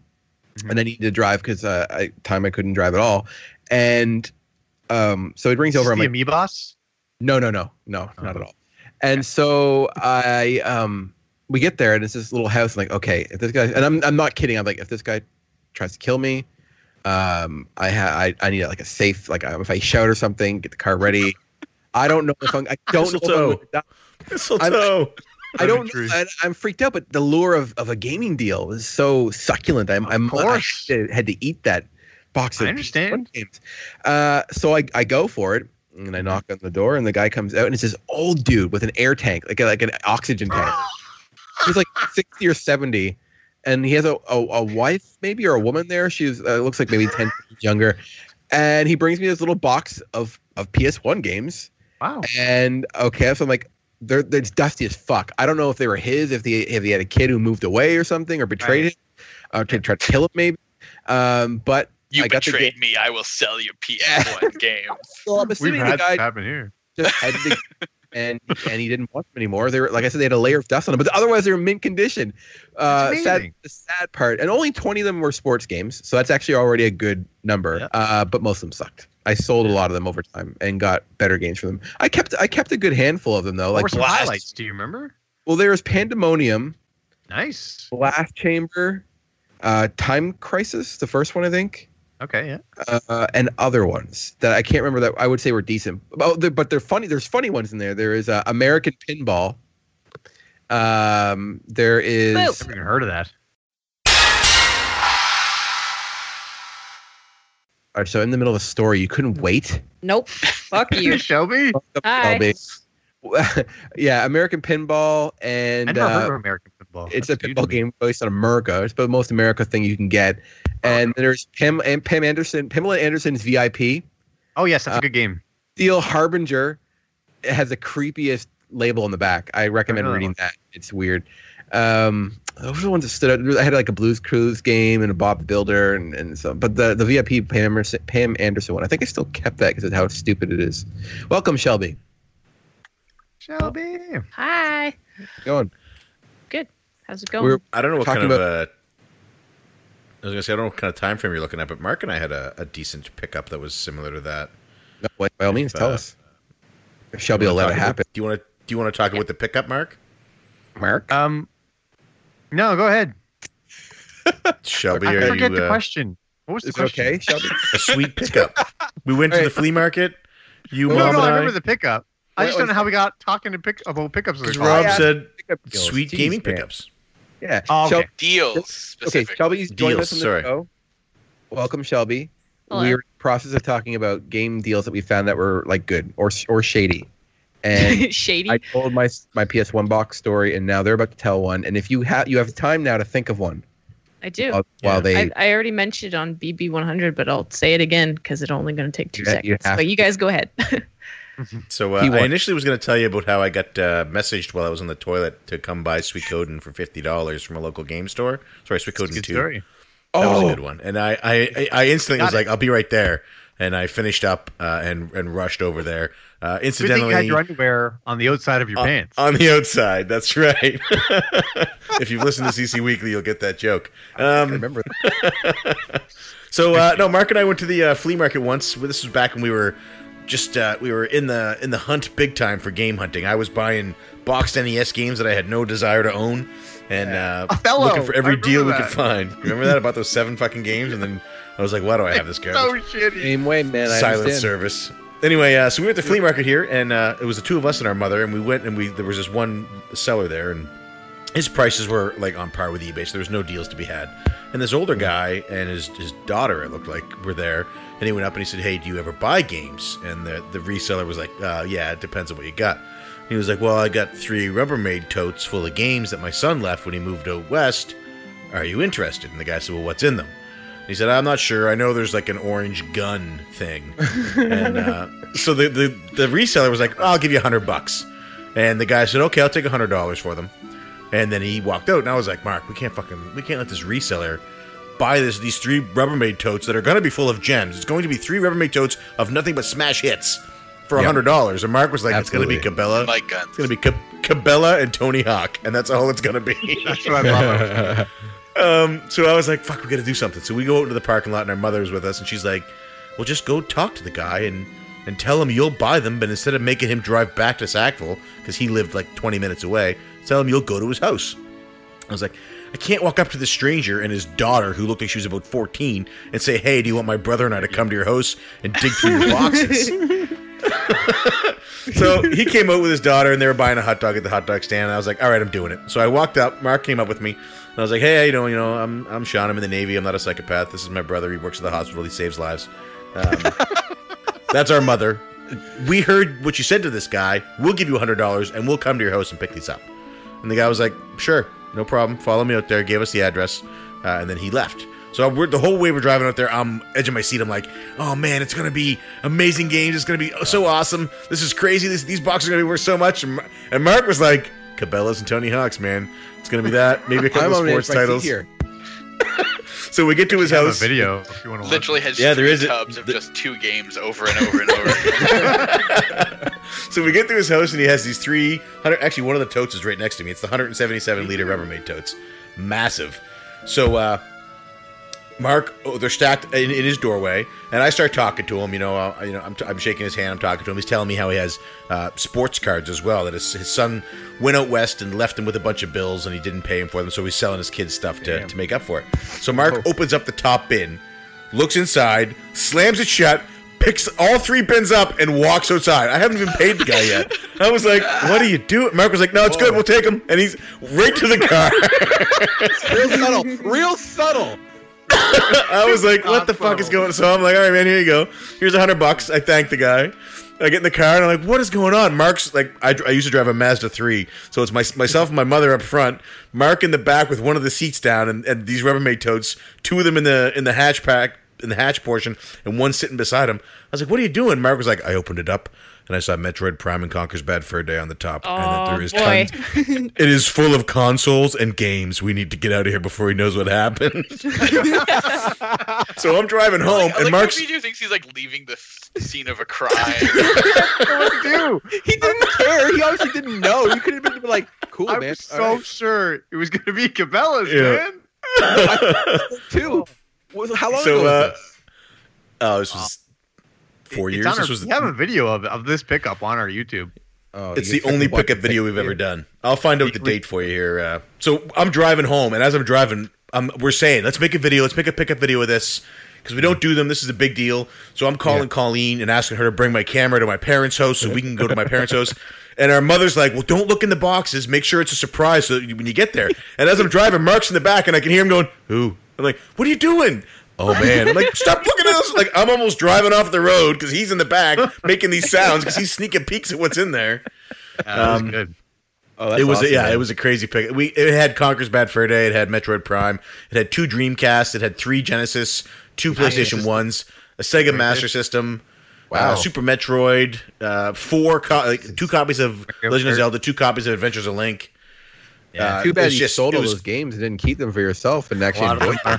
Mhm. and I needed to drive because uh, I, time I couldn't drive at all, and um, so he brings over. I'm the like, Amiibos. no, no, no, no, Oh. not at all. And so I um we get there and it's this little house. like, okay, if this guy and I'm I'm not kidding. I'm like, if this guy tries to kill me, um, I ha- I I need like a safe. Like um, if I shout or something, get the car ready. I don't know if I'm. I don't know. If I'm Mistletoe. gonna die. Mistletoe. I don't. Perfect Know, truth. I, I'm freaked out. But the lure of, of a gaming deal was so succulent. I'm. I'm I course. had to, had to eat that box. Of I understand. games. Uh, so I I go for it and I knock on the door and the guy comes out and it's this old dude with an air tank like a, like an oxygen tank. He's like sixty or seventy. And he has a, a, a wife, maybe, or a woman there. She's uh, looks like maybe 10 years younger. And he brings me this little box of, of PS1 games. Wow. And okay, so I'm like, they're, they're it's dusty as fuck. I don't know if they were his, if they if he had a kid who moved away or something, or betrayed him, or to try to kill him maybe. Um, but You I got the betrayed me. I will sell you PS1 game. so I'm We've assuming the had guy this happen here. just had the, and and he didn't want them anymore. They were like I said, they had a layer of dust on them, but otherwise they were in mint condition. Uh, That's sad, amazing. the sad part, and only 20 of them were sports games, so that's actually already a good number. Yeah. Uh, but most of them sucked. I sold a lot of them over time and got better games for them. I kept I kept a good handful of them though. What Like were some blast. highlights? Do you remember? well, there was Pandemonium. Nice. Blast Chamber, uh, Time Crisis, the first one I think, Okay. Yeah. uh, and other ones that I can't remember that I would say were decent. Oh, they're, but they're funny. There's funny ones in there. There is uh, American Pinball. Um, there is Never even heard of that. uh, so in the middle of a story you couldn't wait. Nope. Fuck you. Shelby. That'll Hi. be- yeah, American Pinball I and never uh, heard of American football. it's a That's new to pinball me. game based on America. It's the most America thing you can get. And there's Pam and Pam Anderson, Pamela Anderson's VIP. Oh yes, that's Uh, a good game. Steel Harbinger has the creepiest label on the back. I recommend Oh. reading that. It's weird. Um, those are the ones that stood out. I had like a Blues Cruise game and a Bob the Builder and, and so. But the, the VIP Pam Anderson, Pam Anderson one, I think I still kept that because of how stupid it is. Welcome, Shelby. Shelby. Hi. Go on. How's it going? We're- I don't know what Talking kind of uh, I was gonna say I don't know what kind of time frame you're looking at, but Mark and I had a, a decent pickup that was similar to that. No, by, by all means, tell Uh, us. If Shelby will Wanna let talk it about- happen. Do you want to do you want to talk about the pickup, Mark? Mark? Um. No, go ahead. Shelby, I are forget you the uh, question. What was the It's question? okay, Shelby. a sweet pickup? We went to All the right. flea market. You, No, No, mom, no, I and I. remember the pickup. I Wait, just don't wait. know how we got talking to pick about pickups. Because As I Rob asked- said Pickup deals. sweet Jeez, gaming man. pickups. Yeah. Oh, okay. Shelby- Deals Okay, specifically. Shelby's joining Deals, us on the sorry. show. Welcome, Shelby. Hello. We're in the process of talking about game deals that we found that were like good or or shady. And Shady. I told my my PS1 box story, and now they're about to tell one. And if you have you have time now to think of one I do. while, while they I, I already mentioned it on BB100, but I'll say it again because it's only going to take two Yeah, you seconds. have But you guys go ahead. So uh, He I won. initially was going to tell you about how I got uh, messaged while I was on the toilet to come buy Sweet Coden for fifty dollars from a local game store. Sorry, Sweet Good Coden two. story. That was oh a good one. And I, I, I- I instantly Got was it. like, I'll be right there. And I finished up uh, and and rushed over there. Uh, Good thing you had incidentally, your underwear on the outside of your Uh, pants. on the outside. That's right. if you've listened to CC Weekly, you'll get that joke. I Um, remember that. so uh, no, Mark and I went to the uh, flea market once. This was back when we were just uh, we were in the in the hunt big time for game hunting. I was buying boxed NES games that I had no desire to own, and uh, Othello. looking for I every remember deal we that. could find. Remember that about those seven fucking games? And then I was like, why do I have this garbage? So shitty. same way, man. I silent understand. service. Anyway, uh, so we were at the flea market here, and uh, it was the two of us and our mother, and we went and we there was this one seller there, and his prices were like on par with eBay, so there was no deals to be had. And this older guy and his his daughter, it looked like, were there, and he went up and he said, "Hey, do you ever buy games?" And the the reseller was like, uh, "Yeah, it depends on what you got." He was like, "Well, I got three Rubbermaid totes full of games that my son left when he moved out west. Are you interested?" And the guy said, "Well, what's in them?" And he said, "I'm not sure. I know there's like an orange gun thing." and uh, so the, the the reseller was like, "I'll give you a hundred bucks," and the guy said, "Okay, I'll take a hundred dollars for them." And then he walked out, and I was like, "Mark, we can't fucking we can't let this reseller buy this these three Rubbermaid totes that are going to be full of gems. It's going to be three Rubbermaid totes of nothing but smash hits for a Yep. hundred dollars." And Mark was like, "It's Absolutely. going to be Cabela. Mike guns. it's going to be Ca- Cabela and Tony Hawk, and that's all it's going to be." That's what I love. Um, so I was like, fuck, we gotta do something. So we go out into the parking lot and our mother's with us and she's like, Well just go talk to the guy and and tell him you'll buy them, but instead of making him drive back to Sackville, because he lived like 20 minutes away, tell him you'll go to his house. I was like, I can't walk up to this stranger and his daughter, who looked like she was about 14, and say, hey, do you want my brother and I to come to your house and dig through your boxes? so he came out with his daughter and they were buying a hot dog at the hot dog stand. And I was like, all right, I'm doing it. So I walked up. Mark came up with me. And I was like, hey, how you know, you know, I'm, I'm Sean. I'm in the Navy. I'm not a psychopath. This is my brother. He works at the hospital. He saves lives. Um, that's our mother. We heard what you said to this guy. We'll give you $100 and we'll come to your house and pick these up. And the guy was like, sure, no problem. Follow me out there. Gave us the address. Uh, and then he left. So we're, the whole way we're driving out there, I'm edge of my seat. I'm like, oh man, it's gonna be amazing games. It's gonna be so awesome. This is crazy. This, these boxes are gonna be worth so much. And, Mar- and Mark was like, Cabela's and Tony Hawk's, man. It's gonna be that. Maybe a couple I'm of on sports titles. here. So we get to his I have a house. video if you want to watch. Literally has Yeah, yeah, there is a- tubs of the- just two games over and over and over. so we get to his house and he has these three hundred. Actually, one of the totes is right next to me. It's the 177 liter Rubbermaid totes, massive. So uh, Mark, oh, they're stacked in, in his doorway, and I start talking to him. You know, uh, you know, I'm, t- I'm shaking his hand. I'm talking to him. He's telling me how he has uh, sports cards as well. That his, his son went out west and left him with a bunch of bills, and he didn't pay him for them. So he's selling his kids stuff to, Damn. to make up for it. So Mark opens up the top bin, looks inside, slams it shut, picks all three bins up, and walks outside. I haven't even paid the guy yet. I was like, "What are you doing?" Mark was like, "No, it's good. We'll take him." And he's right to the car. Real subtle. Real subtle. I was like, what the fuck is going on? So I'm like, all right, man, here you go. Here's a hundred bucks. I thank the guy. I get in the car and I'm like, what is going on? Mark's like, I, I used to drive a Mazda 3. So it's my, myself and my mother up front, Mark in the back with one of the seats down and, and these Rubbermaid totes, two of them in the, in the hatch pack, in the hatch portion, and one sitting beside him. I was like, what are you doing? Mark was like, I opened it up and I saw Metroid Prime and Conker's Bad Fur Day on the top. and Oh, boy. tons- it is full of consoles and games. We need to get out of here before he knows what happened. so I'm driving home, like, and like Mark's. Pikachu thinks he's like leaving the f- scene of a crime. What do? He didn't care. He obviously didn't know. You could have been like, cool, I man. was All so right. sure it was going to be Cabela's, Yeah. man. Two. Well, How long So, ago? uh, was this? Oh, this was four It's years. on This our- was. we have a video of, of this pickup on our YouTube. Oh, It's you the only fucking watch pickup it. video we've ever done. I'll find out the date for you here. Uh, so I'm driving home, and as I'm driving, i we're saying, let's make a video. Let's make a pickup video of this because we don't do them. This is a big deal. So I'm calling Colleen and asking her to bring my camera to my parents' house so we can go to my parents' house. And our mother's like, well, don't look in the boxes. Make sure it's a surprise so that you- when you get there. And as I'm driving, Mark's in the back, and I can hear him going, who? I'm like, what are you doing? Oh man! I'm like, stop looking at us! Like, I'm almost driving off the road because he's in the back making these sounds because he's sneaking peeks at what's in there Yeah, that was Um, Uh, good. Oh, that's it was awesome, a, yeah, uh, man. it was a crazy pick. We it had Conker's Bad Fur Day, it had Metroid Prime, it had two Dreamcast, it had three Genesis, two PlayStation ones, a Sega Master System, Wow. uh, Super Metroid, uh, four co- like two copies of Legend of Zelda, two copies of Adventures of Link. Uh, Too bad it's you just- sold it all was- those games and didn't keep them for yourself and actually enjoy them.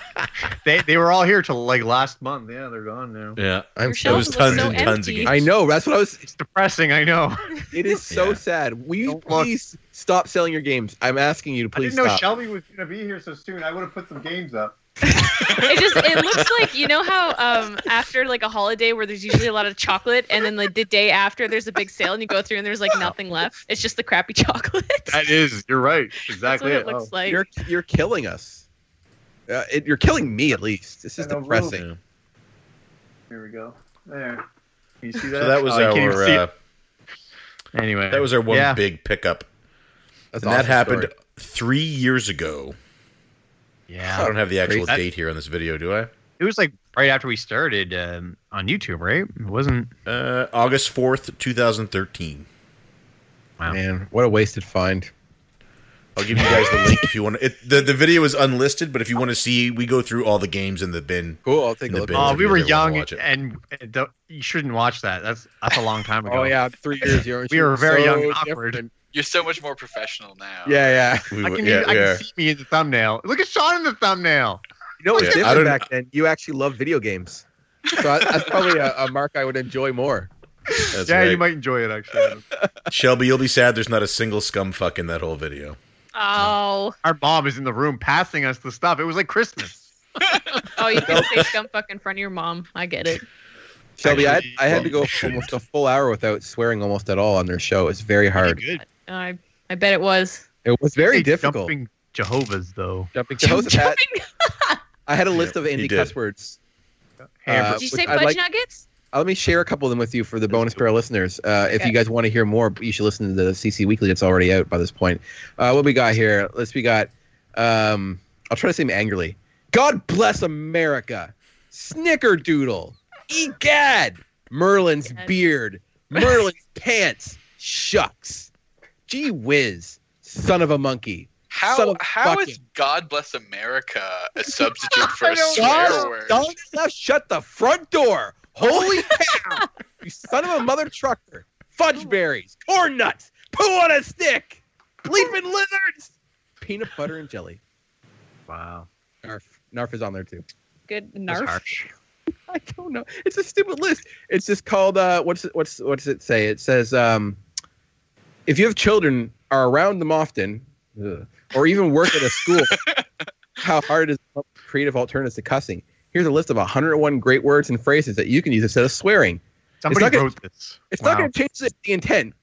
They, they were all here till like last month. Yeah, they're gone now. Yeah, I'm so, Your was shelves look tons so and tons of empty. games. I know. That's what I was. It's depressing, I know. It is so Yeah. sad. Will you Don't look. please stop selling your games? I'm asking you to I please didn't know stop. Shelby was going to be here so soon. I would have put some games up. it just it looks like you know how um after like a holiday where there's usually a lot of chocolate and then like the day after there's a big sale and you go through and there's like nothing left. It's just the crappy chocolate. That is, you're right. That's Exactly. what it Oh. looks like. you're you're killing us. Uh, it, you're killing me at least. This is I know, depressing. Here we go. There. Can you see that? So that was Oh, you can't even our see uh, it. anyway. that was our one Yeah. big pickup, That's and an that awesome happened story. three years ago. I Yeah. don't have the actual Crazy. date here on this video, do I? It was like right after we started um, on YouTube, right? It wasn't. Uh, August fourth, two thousand thirteen. Wow. Man, what a wasted find. I'll give you guys the link if you want. It, the The video is unlisted, but if you want to see, we go through all the games in the bin. Cool. I'll take In a the look. bin. at Oh, it. we were Everyone young, watch it. and and don't- you shouldn't watch that. That's that's a long time ago. Oh yeah, three years. You're We were very so young and awkward. different. You're so much more professional now. Yeah, yeah. We I were- can, yeah, even, I we are. can see me in the thumbnail. Look at Sean in the thumbnail. You know, it was Yeah, I different don't- back then. You actually loved video games, Oh, so I, that's probably a, a mark I would enjoy more. That's yeah, you right. might enjoy it actually. Shelby, you'll be sad. There's not a single scum fuck in that whole video. Oh, Our mom is in the room passing us the stuff. It was like Christmas. oh, you can say scumfuck in front of your mom. I get it. Shelby, I, Actually, I had to well, go you shouldn't. almost a full hour without swearing almost at all on their show. It's very hard. Good. I I bet it was. It was very Say difficult. Jumping Jehovah's though. Jumping Jehoshaphat. Jumping- I had a list of he indie did. cuss words. Hammer. Uh, Did you which say I'd fudge like- nuggets? Uh, Let me share a couple of them with you for the bonus pair listeners. Uh, If Okay. you guys want to hear more, you should listen to the CC Weekly. It's already out by this point. Uh, what we got here? Let's we got. Um, I'll try to say them angrily. God bless America. Snickerdoodle. Egad. Merlin's Yes. beard. Merlin's pants. Shucks. Gee whiz. Son of a monkey. Son How of a how is fucking- God bless America a substitute for I a don't swear know. word? Donald Trump shut the front door. Holy cow! you son of a mother trucker. Fudge berries, corn nuts, poo on a stick, leaping lizards, peanut butter and jelly. Wow. Narf, Narf is on there too. Good That's narf. harsh. I don't know. It's a stupid list. It's just called uh, what's it, what's what's it say? It says um, if you have children, are around them often, ugh, or even work at a school. how hard it is to come up with creative alternatives to cussing? Here's a list of 101 great words and phrases that you can use instead of swearing. Somebody not gonna- wrote this. It's wow. not going to change the, the intent.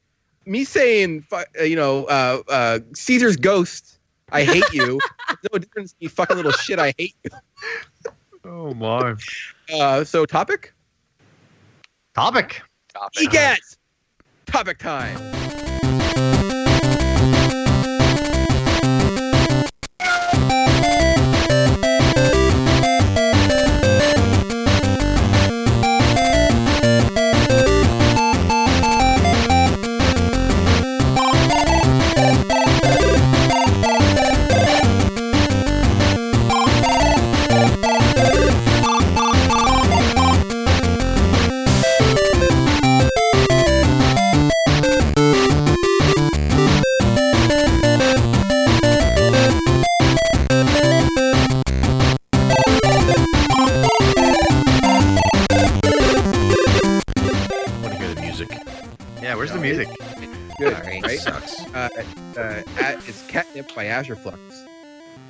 Me saying, fu- uh, you know, uh, uh, Caesar's ghost, I hate you. no difference. You fucking little shit, I hate Oh my. you. Uh, so topic. Topic. Stop it. Egad. Topic time. I want to hear the music. Yeah, where's the music? Good. Alright, Right. Sucks. Uh, uh, a- it's catnip by Azure Flux.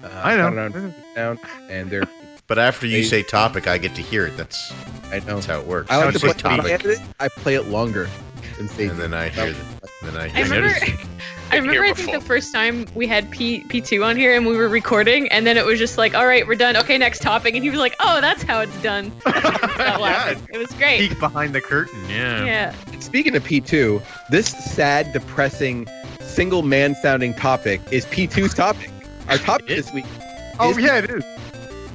Uh, I found it on know. Sound, and they're But after you Hey. say topic, I get to hear it. That's I know. that's how it works. I like You to say play topic, It, I play it longer than Sage. and then I hear the, then I I hear remember. music. I Been here remember. I think before. the first time we had P P two on here and we were recording, and then it was just like, all right, we're done. Okay, next topic, and he was like, oh, that's how it's done. Not laughing. It was great. Peek behind the curtain. Yeah. Yeah. Speaking of P2, this sad, depressing, single man sounding topic is P2's topic. Our topic this week, Oh Is- yeah, it is.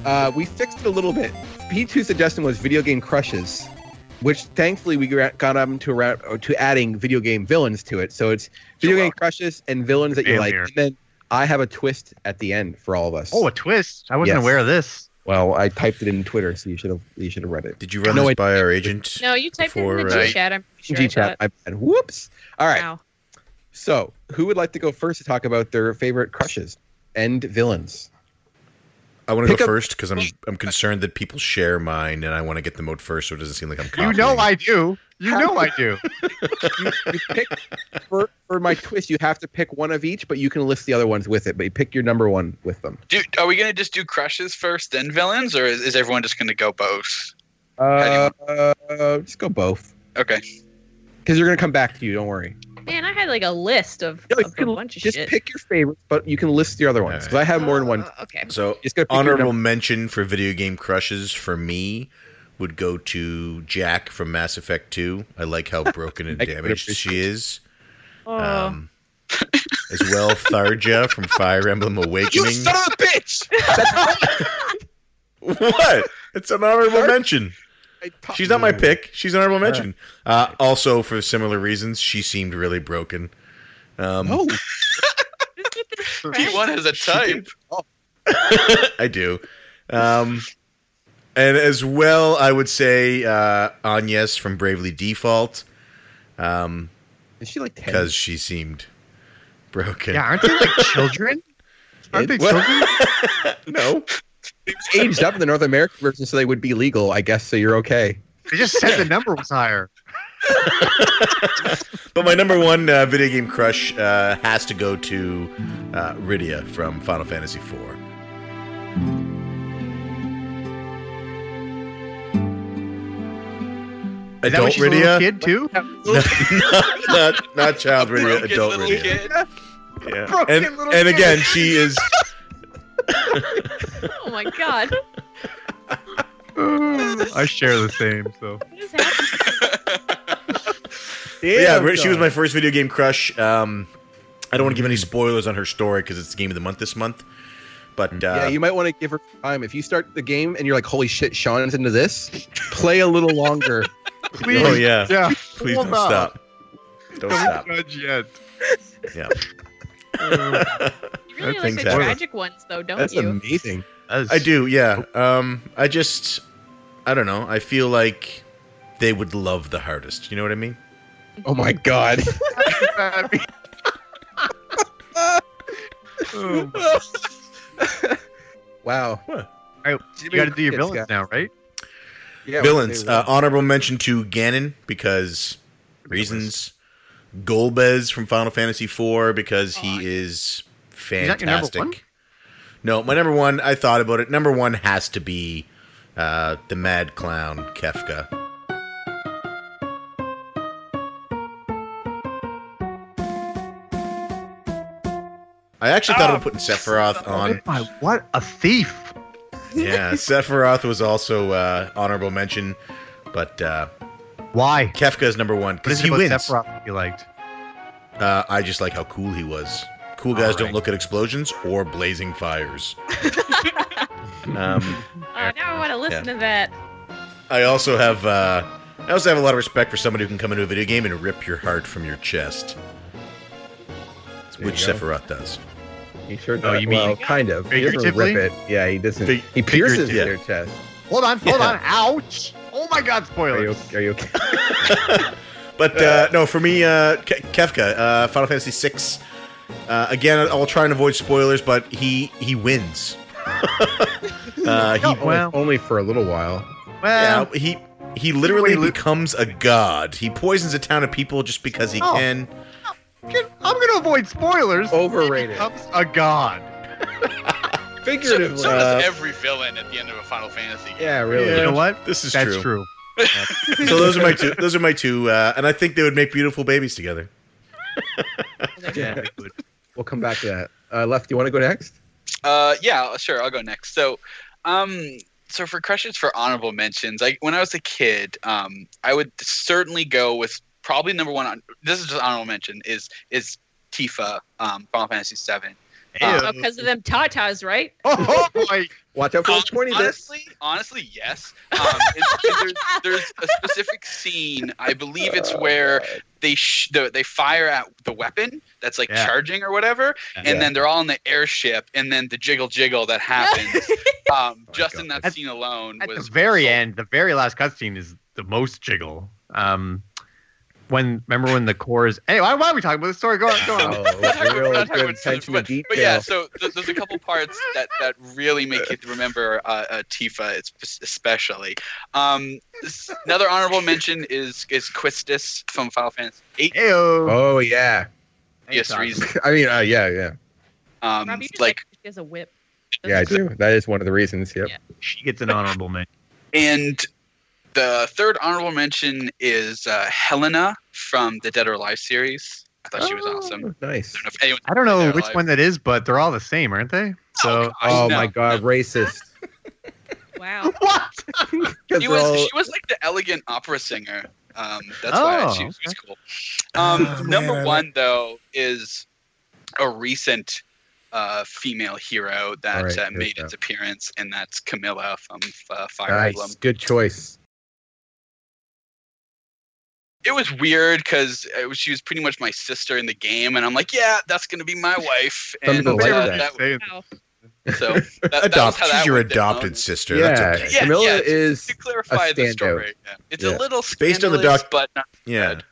uh, we fixed it a little bit. P2's suggestion was video game crushes, which thankfully we gra- got up to around or to adding video game villains to it. So it's video You're game crushes and villains that you Damn like. near. And then I have a twist at the end for all of us. Oh, a twist. I wasn't Yes. aware of this. well, I typed it in Twitter, so you should have you should have read it. Did you run No, this I- by our agent? No, you typed it in Before, the uh, G chat. I'm pretty sure. I G chat. thought. I and whoops. All right. Wow. So, who would like to go first to talk about their favorite crushes and villains? I want to Pick go up- first because I'm I'm concerned that people share mine, and I want to get them out first, so it doesn't seem like I'm. You Copying. know I do. You How- know I do. You, you pick for, for my twist. You have to pick one of each, but you can list the other ones with it. But you pick your number one with them. Do, are we gonna just do crushes first, then villains, or is, is everyone just gonna go both? Uh, uh, just go both, Okay. because they're gonna come back to you. Don't worry. Man, I had like a list of, No, you of a can bunch of Just shit. pick your favorites, but you can list the other ones. Because I have more than one. Uh, okay. So Just go pick your honorable number- mention for video game crushes for me would go to Jack from Mass Effect Two. I like how broken and I can damaged she appreciate is. Oh. Um, as well, Tharja from Fire Emblem You Awakening. son of a bitch! What? It's an honorable Tharja? mention. I talked- She's not my pick. She's an honorable mention. Uh, also, for similar reasons, she seemed really broken. Um, No, P1 has a type. I do. Um, and as well, I would say uh, Agnes from Bravely Default Um, because is she like ten? she seemed broken. Yeah, aren't they like children? Aren't they What? children? no. aged up in the North American version, so they would be legal, I guess. So you're okay. They just said the number was higher. But my number one uh, video game crush uh, has to go to uh, Rydia from Final Fantasy IV. Is that when adult she's a little Rydia? kid too? No, not, not child Rydia, Broken adult little Rydia. kid. Yeah. Broken And, little and kid. again, she is Oh my god. I share the same. Oh, So What is happening? yeah, Ri- she was my first video game crush. Um, I don't want to give any spoilers on her story because it's the game of the month this month. But uh, yeah, you might want to give her time. If you start the game and you're like, "Holy shit, Sean's into this," play a little longer. please, oh yeah, yeah, please Hold don't on. stop. Don't Don't stop. judge yet. Yeah. You really That like thing's the horrible. tragic ones though, don't That's you? amazing. I do. Yeah. Um, I just, I don't know. I feel like they would love the hardest. You know what I mean? Oh my god. oh, wow. All right, you got to do your Yes, villains guys. now, right? Yeah, Villains. they- Uh, honorable mention to Ganon because reasons. Golbez from Final Fantasy IV because Aw. he is not your number fantastic. one? No, my number one. I thought about it. Number one has to be uh, the Mad Clown Kefka. I actually thought Ah, of putting Sephiroth on. Oh, My, what a thief! Yeah, Sephiroth was also uh, honorable mention, but uh, Why? Kefka is number one What because is it he about wins. Sephiroth that you liked? Uh, I just like how cool he was. Cool guys don't Alright. look at explosions or blazing fires. um, Uh, now I want to listen to that. I also have uh, I also have a lot of respect for somebody who can come into a video game and rip your heart from your chest, There which you go. Sephiroth does. He sure Oh, does. you mean- well, kind of. He doesn't Figuratively? rip it. Yeah, he doesn't. Fig- he pierces figurative- their chest. Hold on, hold Yeah. on. Ouch! Oh my God! Are you, Spoilers. are you okay? But uh, no, for me, uh, Ke- Kefka, uh, Final Fantasy VI. Uh, again, I'll try and avoid spoilers, but he he wins. uh, he, No, well, Only for a little while. well, yeah, he he literally Um, Wait, Luke. becomes a god. He poisons a town of people just because he Oh. can. kid, I'm gonna avoid spoilers. He Overrated. becomes a god. So, Figuratively. so does Uh, every villain at the end of a Final Fantasy game. yeah, really. You Yeah. know what? This is That's true. true. so those are my two. Those are my two, uh, and I think they would make beautiful babies together. Yeah. We'll come back to that. Uh, Left, you want to go next? Uh, yeah, sure. I'll go next. So, um, so for crushes for honorable mentions, like when I was a kid, um, I would certainly go with probably number one. On, this is just honorable mention is is Tifa, um, Final Fantasy Seven. Oh, because of them tatas, right? Oh boy! Watch out for the Hon- 20 bits. honestly, honestly, yes. Um, it's- there's, there's a specific scene. I believe it's where they sh- the, they fire at the weapon that's like Yeah. charging or whatever, Yeah. and then they're all in the airship, and then the jiggle jiggle that happens. um, Oh my just in God. that At- scene alone At the was very end, the very last cutscene is the most jiggle. Um, when remember when the core is? Hey, why, why are we talking about this story? Go on, go on. Oh, Not real everyone good knows this, attention to but, detail. but yeah, so th- there's a couple parts that, that really make you remember uh, uh, Tifa, it's- especially. Um, s- another honorable mention is is Quistis from Final Fantasy VIII. Heyo. Oh, yeah. Yes, reason. I mean, uh, yeah, yeah. Um, Rob, you just like like she has a whip. Yeah, I do. That is one of the reasons. Yep. Yeah. She gets an honorable mention. and the third honorable mention is uh, Helena from the Dead or Alive series. I thought she was Oh, awesome. I Nice. don't know if anyone. I don't know They're which alive. one that is, but they're all the same, aren't they? So Oh, no. my God. Racist. Wow. what? She Because was all, she was like the elegant opera singer. Um, that's why Oh, she, she was okay. cool. Um, Oh, man, number I like- one though is a recent uh, female hero that Alright, uh, here's made that. its appearance, and that's Camilla from uh, Fire Emblem. nice. Good choice. It was weird because was, she was pretty much my sister in the game, and I'm like, yeah, that's gonna be my wife. Some And people like uh, that. that- Say it. Wow. so that, that was Adopt. how that She's your went down. adopted sister. yeah. That's okay. Yeah, Camilla yeah, is. To clarify the standout. story, yeah. it's Yeah. a little Based on the doc- scandalous, but not Yeah. Good.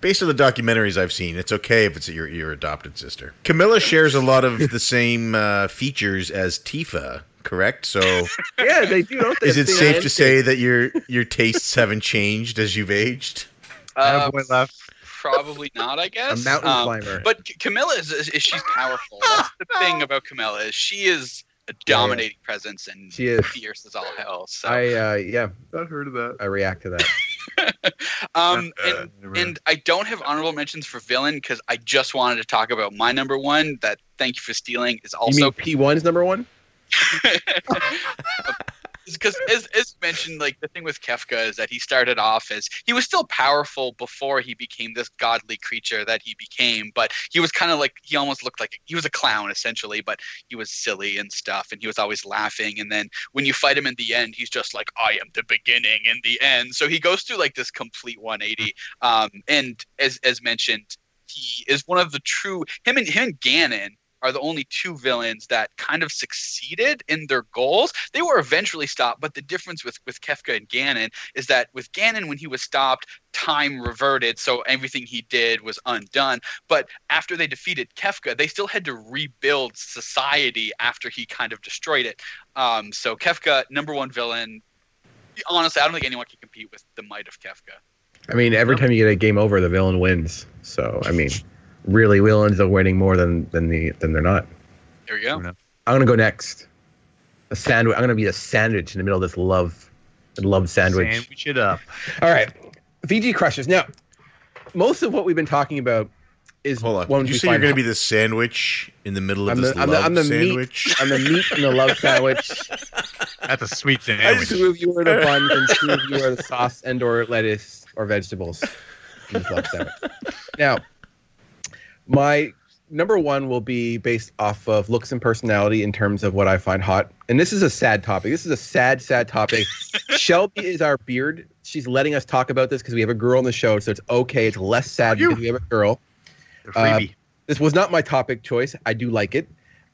Based on the documentaries I've seen, it's okay if it's your your adopted sister. Camilla shares a lot of the same uh, features as Tifa, correct? So, Yeah, they do. Don't they? is it They- safe to say that your your tastes haven't changed as you've aged? uh, boy left. probably not. I a guess mountain Um, climber? But C- Camilla is, is, is she's powerful. That's the thing about Camilla is she is a dominating presence and She is. fierce as all hell. So I uh, yeah, I've heard of that. I react to that. um, and, and I don't have honorable mentions for villain because I just wanted to talk about my number one. That thank you for stealing is you also mean P1's number one? because as, as mentioned like the thing with kefka is that he started off as he was still powerful before he became this godly creature that he became but he was kind of like he almost looked like he was a clown essentially but he was silly and stuff and he was always laughing and then when you fight him in the end he's just like i am the beginning and the end so he goes through like this complete 180 um, and as as mentioned he is one of the true him and him and ganon are the only two villains that kind of succeeded in their goals. They were eventually stopped, but the difference with with Kefka and Ganon is that with Ganon, when he was stopped, time reverted, so everything he did was undone. But after they defeated Kefka, they still had to rebuild society after he kind of destroyed it. Um, so Kefka, number one villain. Honestly, I don't think anyone can compete with the might of Kefka. I mean, every time you get a game over, the villain wins. So I mean, really, villains are winning more than than the than they're not. There we go. I'm gonna go next. A sandwich. I'm gonna be a sandwich in the middle of this love, love sandwich. Sandwich it up. All right, VG crushers. Now, most of what we've been talking about is Hold on. One Did you we say you're find- going to be the sandwich in the middle of I'm this the- I'm the- love I'm the meat. sandwich? on the meat and the love sandwich. That's a sweet sandwich. two of you are the buns, and two of you are the sauce and or lettuce or vegetables. in this love sandwich. Now, my number one will be based off of looks and personality in terms of what I find hot. And this is a sad topic. This is a sad, sad topic. Shelby is our beard. She's letting us talk about this because we have a girl on the show, so it's okay. It's less sad you? because we have a girl. They're Uh, freebie. This was not my topic choice. I do like it.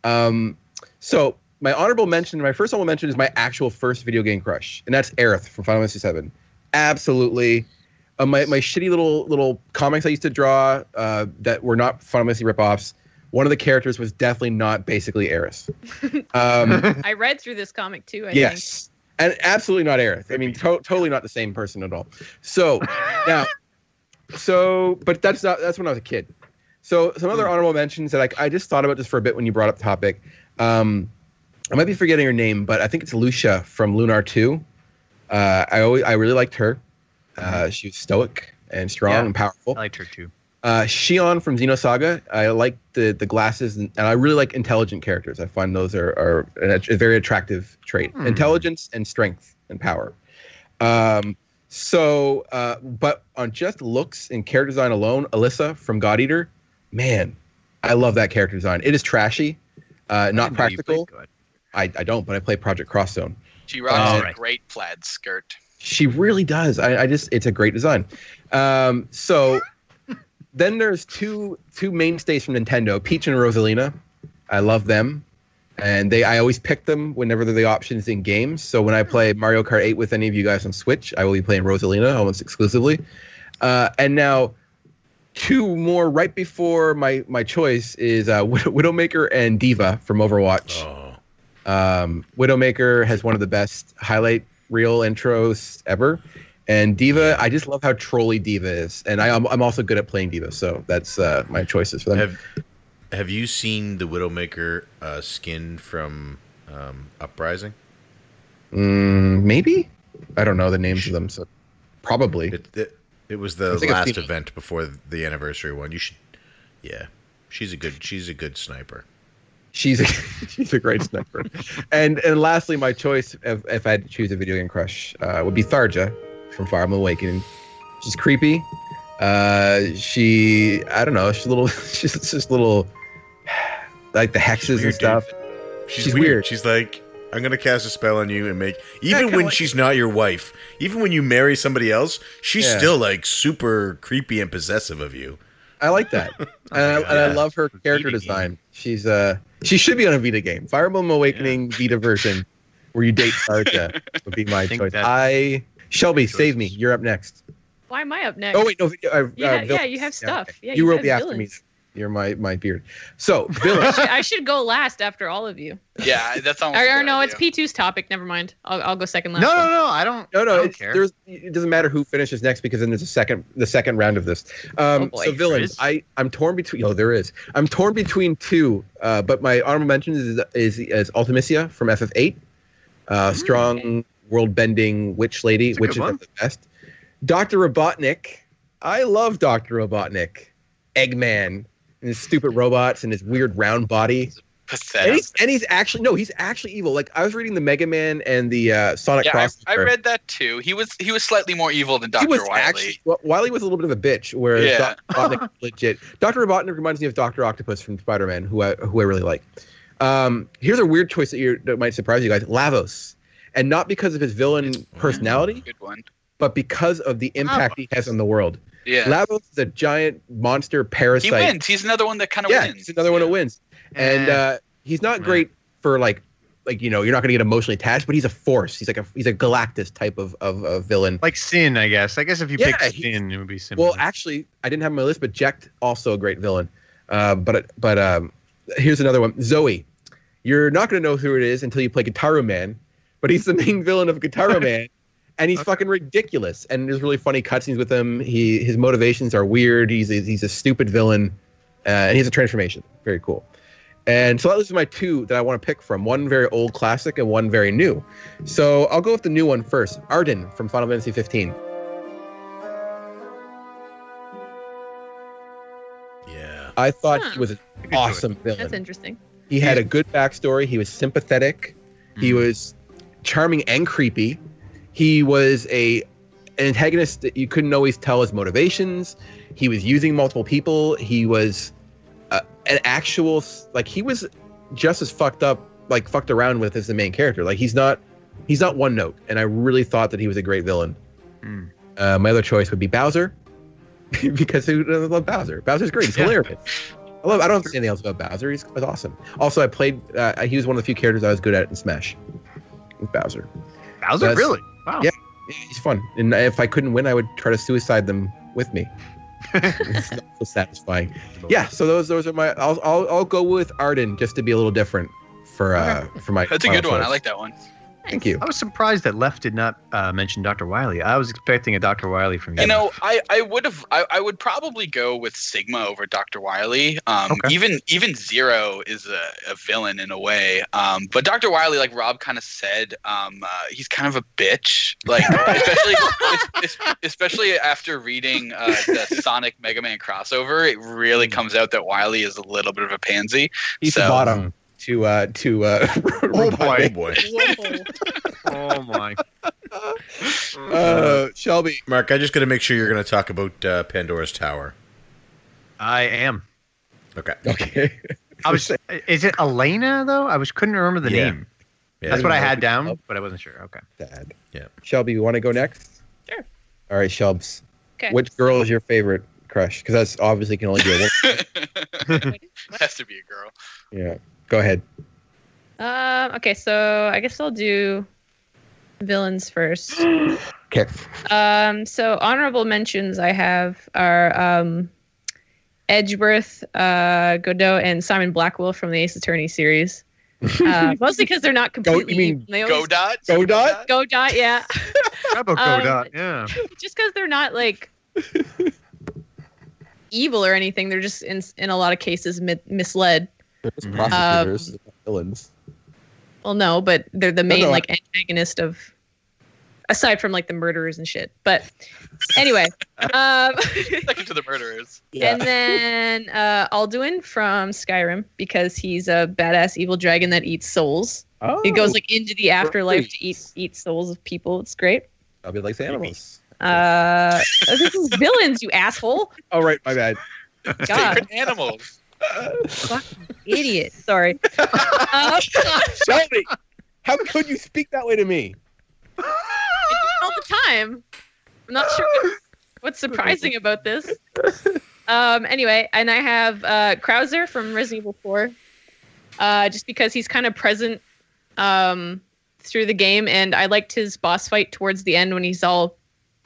Um, so my honorable mention, my first honorable mention is my actual first video game crush, and that's Aerith from Final Fantasy VII. Absolutely. Uh, my, my shitty little little comics I used to draw uh, that were not Final Fantasy ripoffs. One of the characters was definitely not basically Aerith. Um, I read through this comic too. I think. yes, and absolutely not Aerith. I mean, to- totally not the same person at all. So now, so but that's not that's when I was a kid. So some other honorable mentions that like I just thought about this for a bit when you brought up the topic. Um, I might be forgetting her name, but I think it's Lucia from Lunar Two. Uh, I always I really liked her. Uh, she was stoic and strong Yeah. and powerful. I liked her too. Uh, Shion from Xenosaga. I like the the glasses, and, and I really like intelligent characters. I find those are, are a, a very attractive trait: Hmm. intelligence and strength and power. Um, so, uh, but on just looks and character design alone, Alyssa from God Eater, man, I love that character design. It is trashy, uh, not I didn't know you practical. played God. I, I don't, but I play Project Cross Zone. She rocks All a right. great plaid skirt. She really does. I, I just it's a great design. Um, so then there's two two mainstays from Nintendo, Peach and Rosalina. I love them. And they I always pick them whenever they're the options in games. So when I play Mario Kart 8 with any of you guys on Switch, I will be playing Rosalina almost exclusively. Uh, and now two more right before my my choice is uh, Widow- Widowmaker and Diva from Overwatch. Oh. Um, Widowmaker has one of the best highlight reel intros ever. And Diva, I just love how trolly Diva is. And I, I'm, I'm also good at playing Diva, so that's uh, my choices for them. Have Have you seen the Widowmaker uh, skin from um, Uprising? Mm, maybe? I don't know the names of them, so probably. It it, it was the I think I've last seen it. event before the anniversary one. You should, yeah. She's a good. She's a good sniper. She's a, she's a great sniper. and and lastly, my choice, if, if I had to choose a video game crush, uh, would be Tharja from Fire Emblem Awakening. She's creepy. Uh, she, I don't know, she's a little, she's just a little, like the hexes weird, and dude. stuff. She's, She's weird. weird. She's like, I'm gonna cast a spell on you and make. Even kinda when like- she's not your wife, even when you marry somebody else, she's Yeah. still like super creepy and possessive of you. I like that, and, I, yeah. and I love her Vita character game. design. She's uh, she should be on a Vita game. Fire Emblem Awakening Vita version, where you date Sarja, would be my think choice. that's- I Shelby, save me. choices. You're up next. Why am I up next? Oh wait, no. Video, uh, yeah, uh, yeah, villains. you have stuff. okay. Yeah, you you will said be after me. villains. You're my my beard. So villains. I should go last after all of you. Yeah, that's almost. a Or, or good no, idea. it's P2's topic. Never mind. I'll, I'll go second No, last. no, no. I don't. No, I no, don't it's, care. there's it doesn't matter who finishes next because then there's a second the second round of this. Um, Oh, boy. so villains, Chris? I I'm torn between. Oh, there is. I'm torn between two, uh, but my honorable mention is is, is Ultimisia from Mm. FF8, uh, strong world bending witch lady, That's a witch good is one. the best. Dr. Robotnik. I love Dr. Robotnik. Eggman and his stupid robots and his weird round body. And Pathetic. he's, and he's actually no, he's actually evil. Like I was reading the Mega Man and the uh, Sonic Yeah, Cross. I, I read that too. He was he was slightly more evil than Doctor He was Wiley. actually well, Wily was a little bit of a bitch. Where Yeah. Dr. Robotnik legit. Dr. Robotnik reminds me of Dr. Octopus from Spider Man, who I who I really like. Um, here's a weird choice that, you that might surprise you guys: Lavos, and not because of his villain personality, Good one. but because of the impact he has on the world. Yeah. Lavos is a giant monster parasite. he wins. He's another one that kind of Yeah, wins. he's another one that wins and Eh, uh, he's not Yeah. great for like like you know you're not going to get emotionally attached but he's a force he's like a he's a galactus type of of, of villain like sin, I guess. I guess if you Yeah, pick he's- sin, it would be similar. well actually i didn't have him on my list but jack also a great villain uh, but but um, here's another one zoe you're not going to know who it is until you play guitar man but he's the main villain of guitar man and he's Okay. fucking ridiculous and there's really funny cutscenes with him he his motivations are weird he's a, he's a stupid villain uh, and he has a transformation very cool and so that was my two that i want to pick from one very old classic and one very new so i'll go with the new one first arden from final fantasy 15 Yeah. i thought Huh. he was an I could do it. awesome villain That's interesting. He had a good backstory. He was sympathetic. Mm. Mm-hmm. He was charming and creepy. He was a an antagonist that you couldn't always tell his motivations. He was using multiple people. He was uh, an actual s- like he was just as fucked up like fucked around with as the main character. Like he's not he's not one note. And I really thought that he was a great villain. Mm. Uh, my other choice would be Bowser because who doesn't love Bowser? Bowser's great. He's Yeah. hilarious. I love. I don't say anything else about Bowser. He's, he's awesome. Also, I played. Uh, he was one of the few characters I was good at in Smash. With Bowser, Bowser, that's- really? Wow. Yeah. he's fun. And if I couldn't win, I would try to suicide them with me. it's not so satisfying. Yeah. So those those are my. I'll I'll, I'll go with Arden just to be a little different for uh for my. That's a final good one. choice. I like that one. Thank you. I was surprised that Left did not uh, mention Dr. Wiley. I was expecting a Dr. Wiley from you. You know, I, I would have I, I would probably go with Sigma over Dr. Wiley. Um, Okay. Even even Zero is a, a villain in a way. Um, but Dr. Wiley, like Rob kind of said, um, uh, he's kind of a bitch. Like especially es- es- especially after reading uh, the Sonic Mega Man crossover, it really comes out that Wiley is a little bit of a pansy. He's So- the bottom to uh to uh. Oh boy. Robotnik. boy. oh my. Uh, Shelby. Mark, I just got to make sure you're going to talk about uh, Pandora's Tower. I am. Okay. Okay. I was. Is it Elena though? I was couldn't remember the Yeah. name. Yeah. That's what I had Oh. down, but I wasn't sure. Okay. Dad. Yeah. Shelby, you want to go next? Sure. All right, Shelbs. Okay. Which girl is your favorite crush? Because that's obviously can only be a one. Has to be a girl. yeah. Go ahead. Um, okay, so I guess I'll do villains first. Okay. Um, so honorable mentions I have are um, Edgeworth, uh, Godot, and Simon Blackwell from the Ace Attorney series. Uh, mostly because they're not you completely. mean they Go always- dot. Godot? Godot, yeah. How about Um, Godot? Yeah. Just because they're not like evil or anything, they're just in in a lot of cases mi- misled. There's Mhm. Um, prostitutes, villains. Well, no, but they're the main no, I- like antagonist of, aside from like the murderers and shit. But anyway, um, Second to the murderers. and then uh, Alduin from Skyrim because he's a badass evil dragon that eats souls. oh, He goes like into the afterlife to eat great. eat souls of people. It's great. Shelby likes animals. Uh, this is villains, you asshole. All right, my bad. God, Favorite animals. idiot. Sorry. Uh, Shelby, how could you speak that way to me? all the time. I'm not sure what's, what's surprising about this. Um, anyway, and I have uh, Krauser from Resident Evil 4, uh, just because he's kind of present um, through the game, and I liked his boss fight towards the end when he's all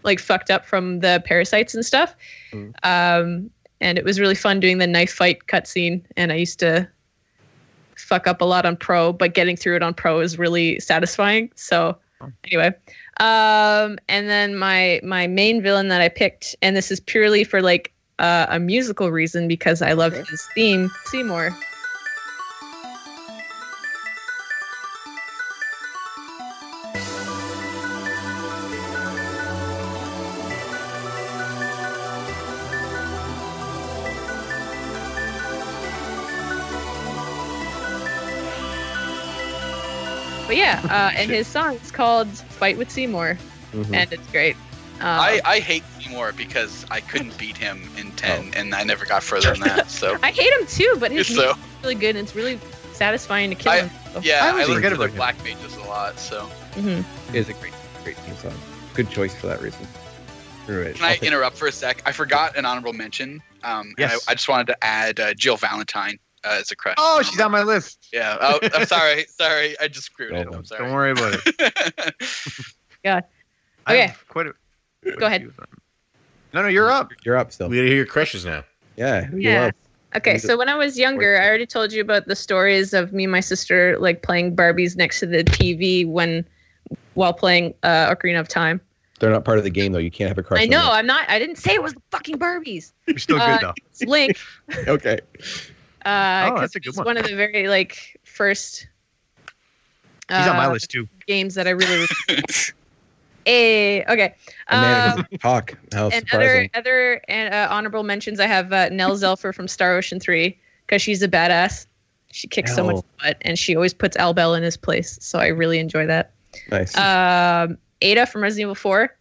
like fucked up from the parasites and stuff. Mm. Um, and it was really fun doing the knife fight cutscene, and I used to fuck up a lot on pro, but getting through it on pro is really satisfying. So, anyway, um, and then my my main villain that I picked, and this is purely for like uh, a musical reason because I love his theme, Seymour. But yeah, uh, and his song is called "Fight with Seymour," Mm-hmm. and it's great. Um, I, I hate Seymour because I couldn't beat him in 10, Oh. and I never got further than that. So, I hate him too, but his so music's really good and it's really satisfying to kill I- him. So- yeah, I I, always listen forget to the about him. Black Mages a lot. So, Mhm. It is a great, great theme song. Good choice for that reason. Screw it. can I'll I take- interrupt for a sec? I forgot an honorable mention. Um, and Yes. I, I just wanted to add uh, Jill Valentine uh, as a crush. Oh, she's on my list. Yeah. Oh, I'm sorry. Sorry, I just screwed it. Don't Oh, I'm Don't sorry. worry about it. I Okay. have Quite a, quite Go a ahead. few of them. No, no, you're up. You're up still. We gotta hear your crushes now. yeah. who you Yeah. love? Okay, Is it- so when I was younger, I already told you about the stories of me and my sister like playing Barbies next to the TV when while playing uh, Ocarina of Time. They're not part of the game though. You can't have a crush. I on know I'm not. I didn't say it was the fucking Barbies. You're still Uh, good though. It's Link, them. Okay. uh, Oh, 'cause that's a good it's one. one of the very like first. She's on my uh, list too. Games that I really. Eh, okay. A man Um, who doesn't talk. How and surprising. other other uh, honorable mentions, I have uh, Nell Zelfer from Star Ocean Three because she's a badass. She kicks so much Nell. butt, and she always puts Al Bell in his place. So I really enjoy that. nice. Um, Ada from Resident Evil Four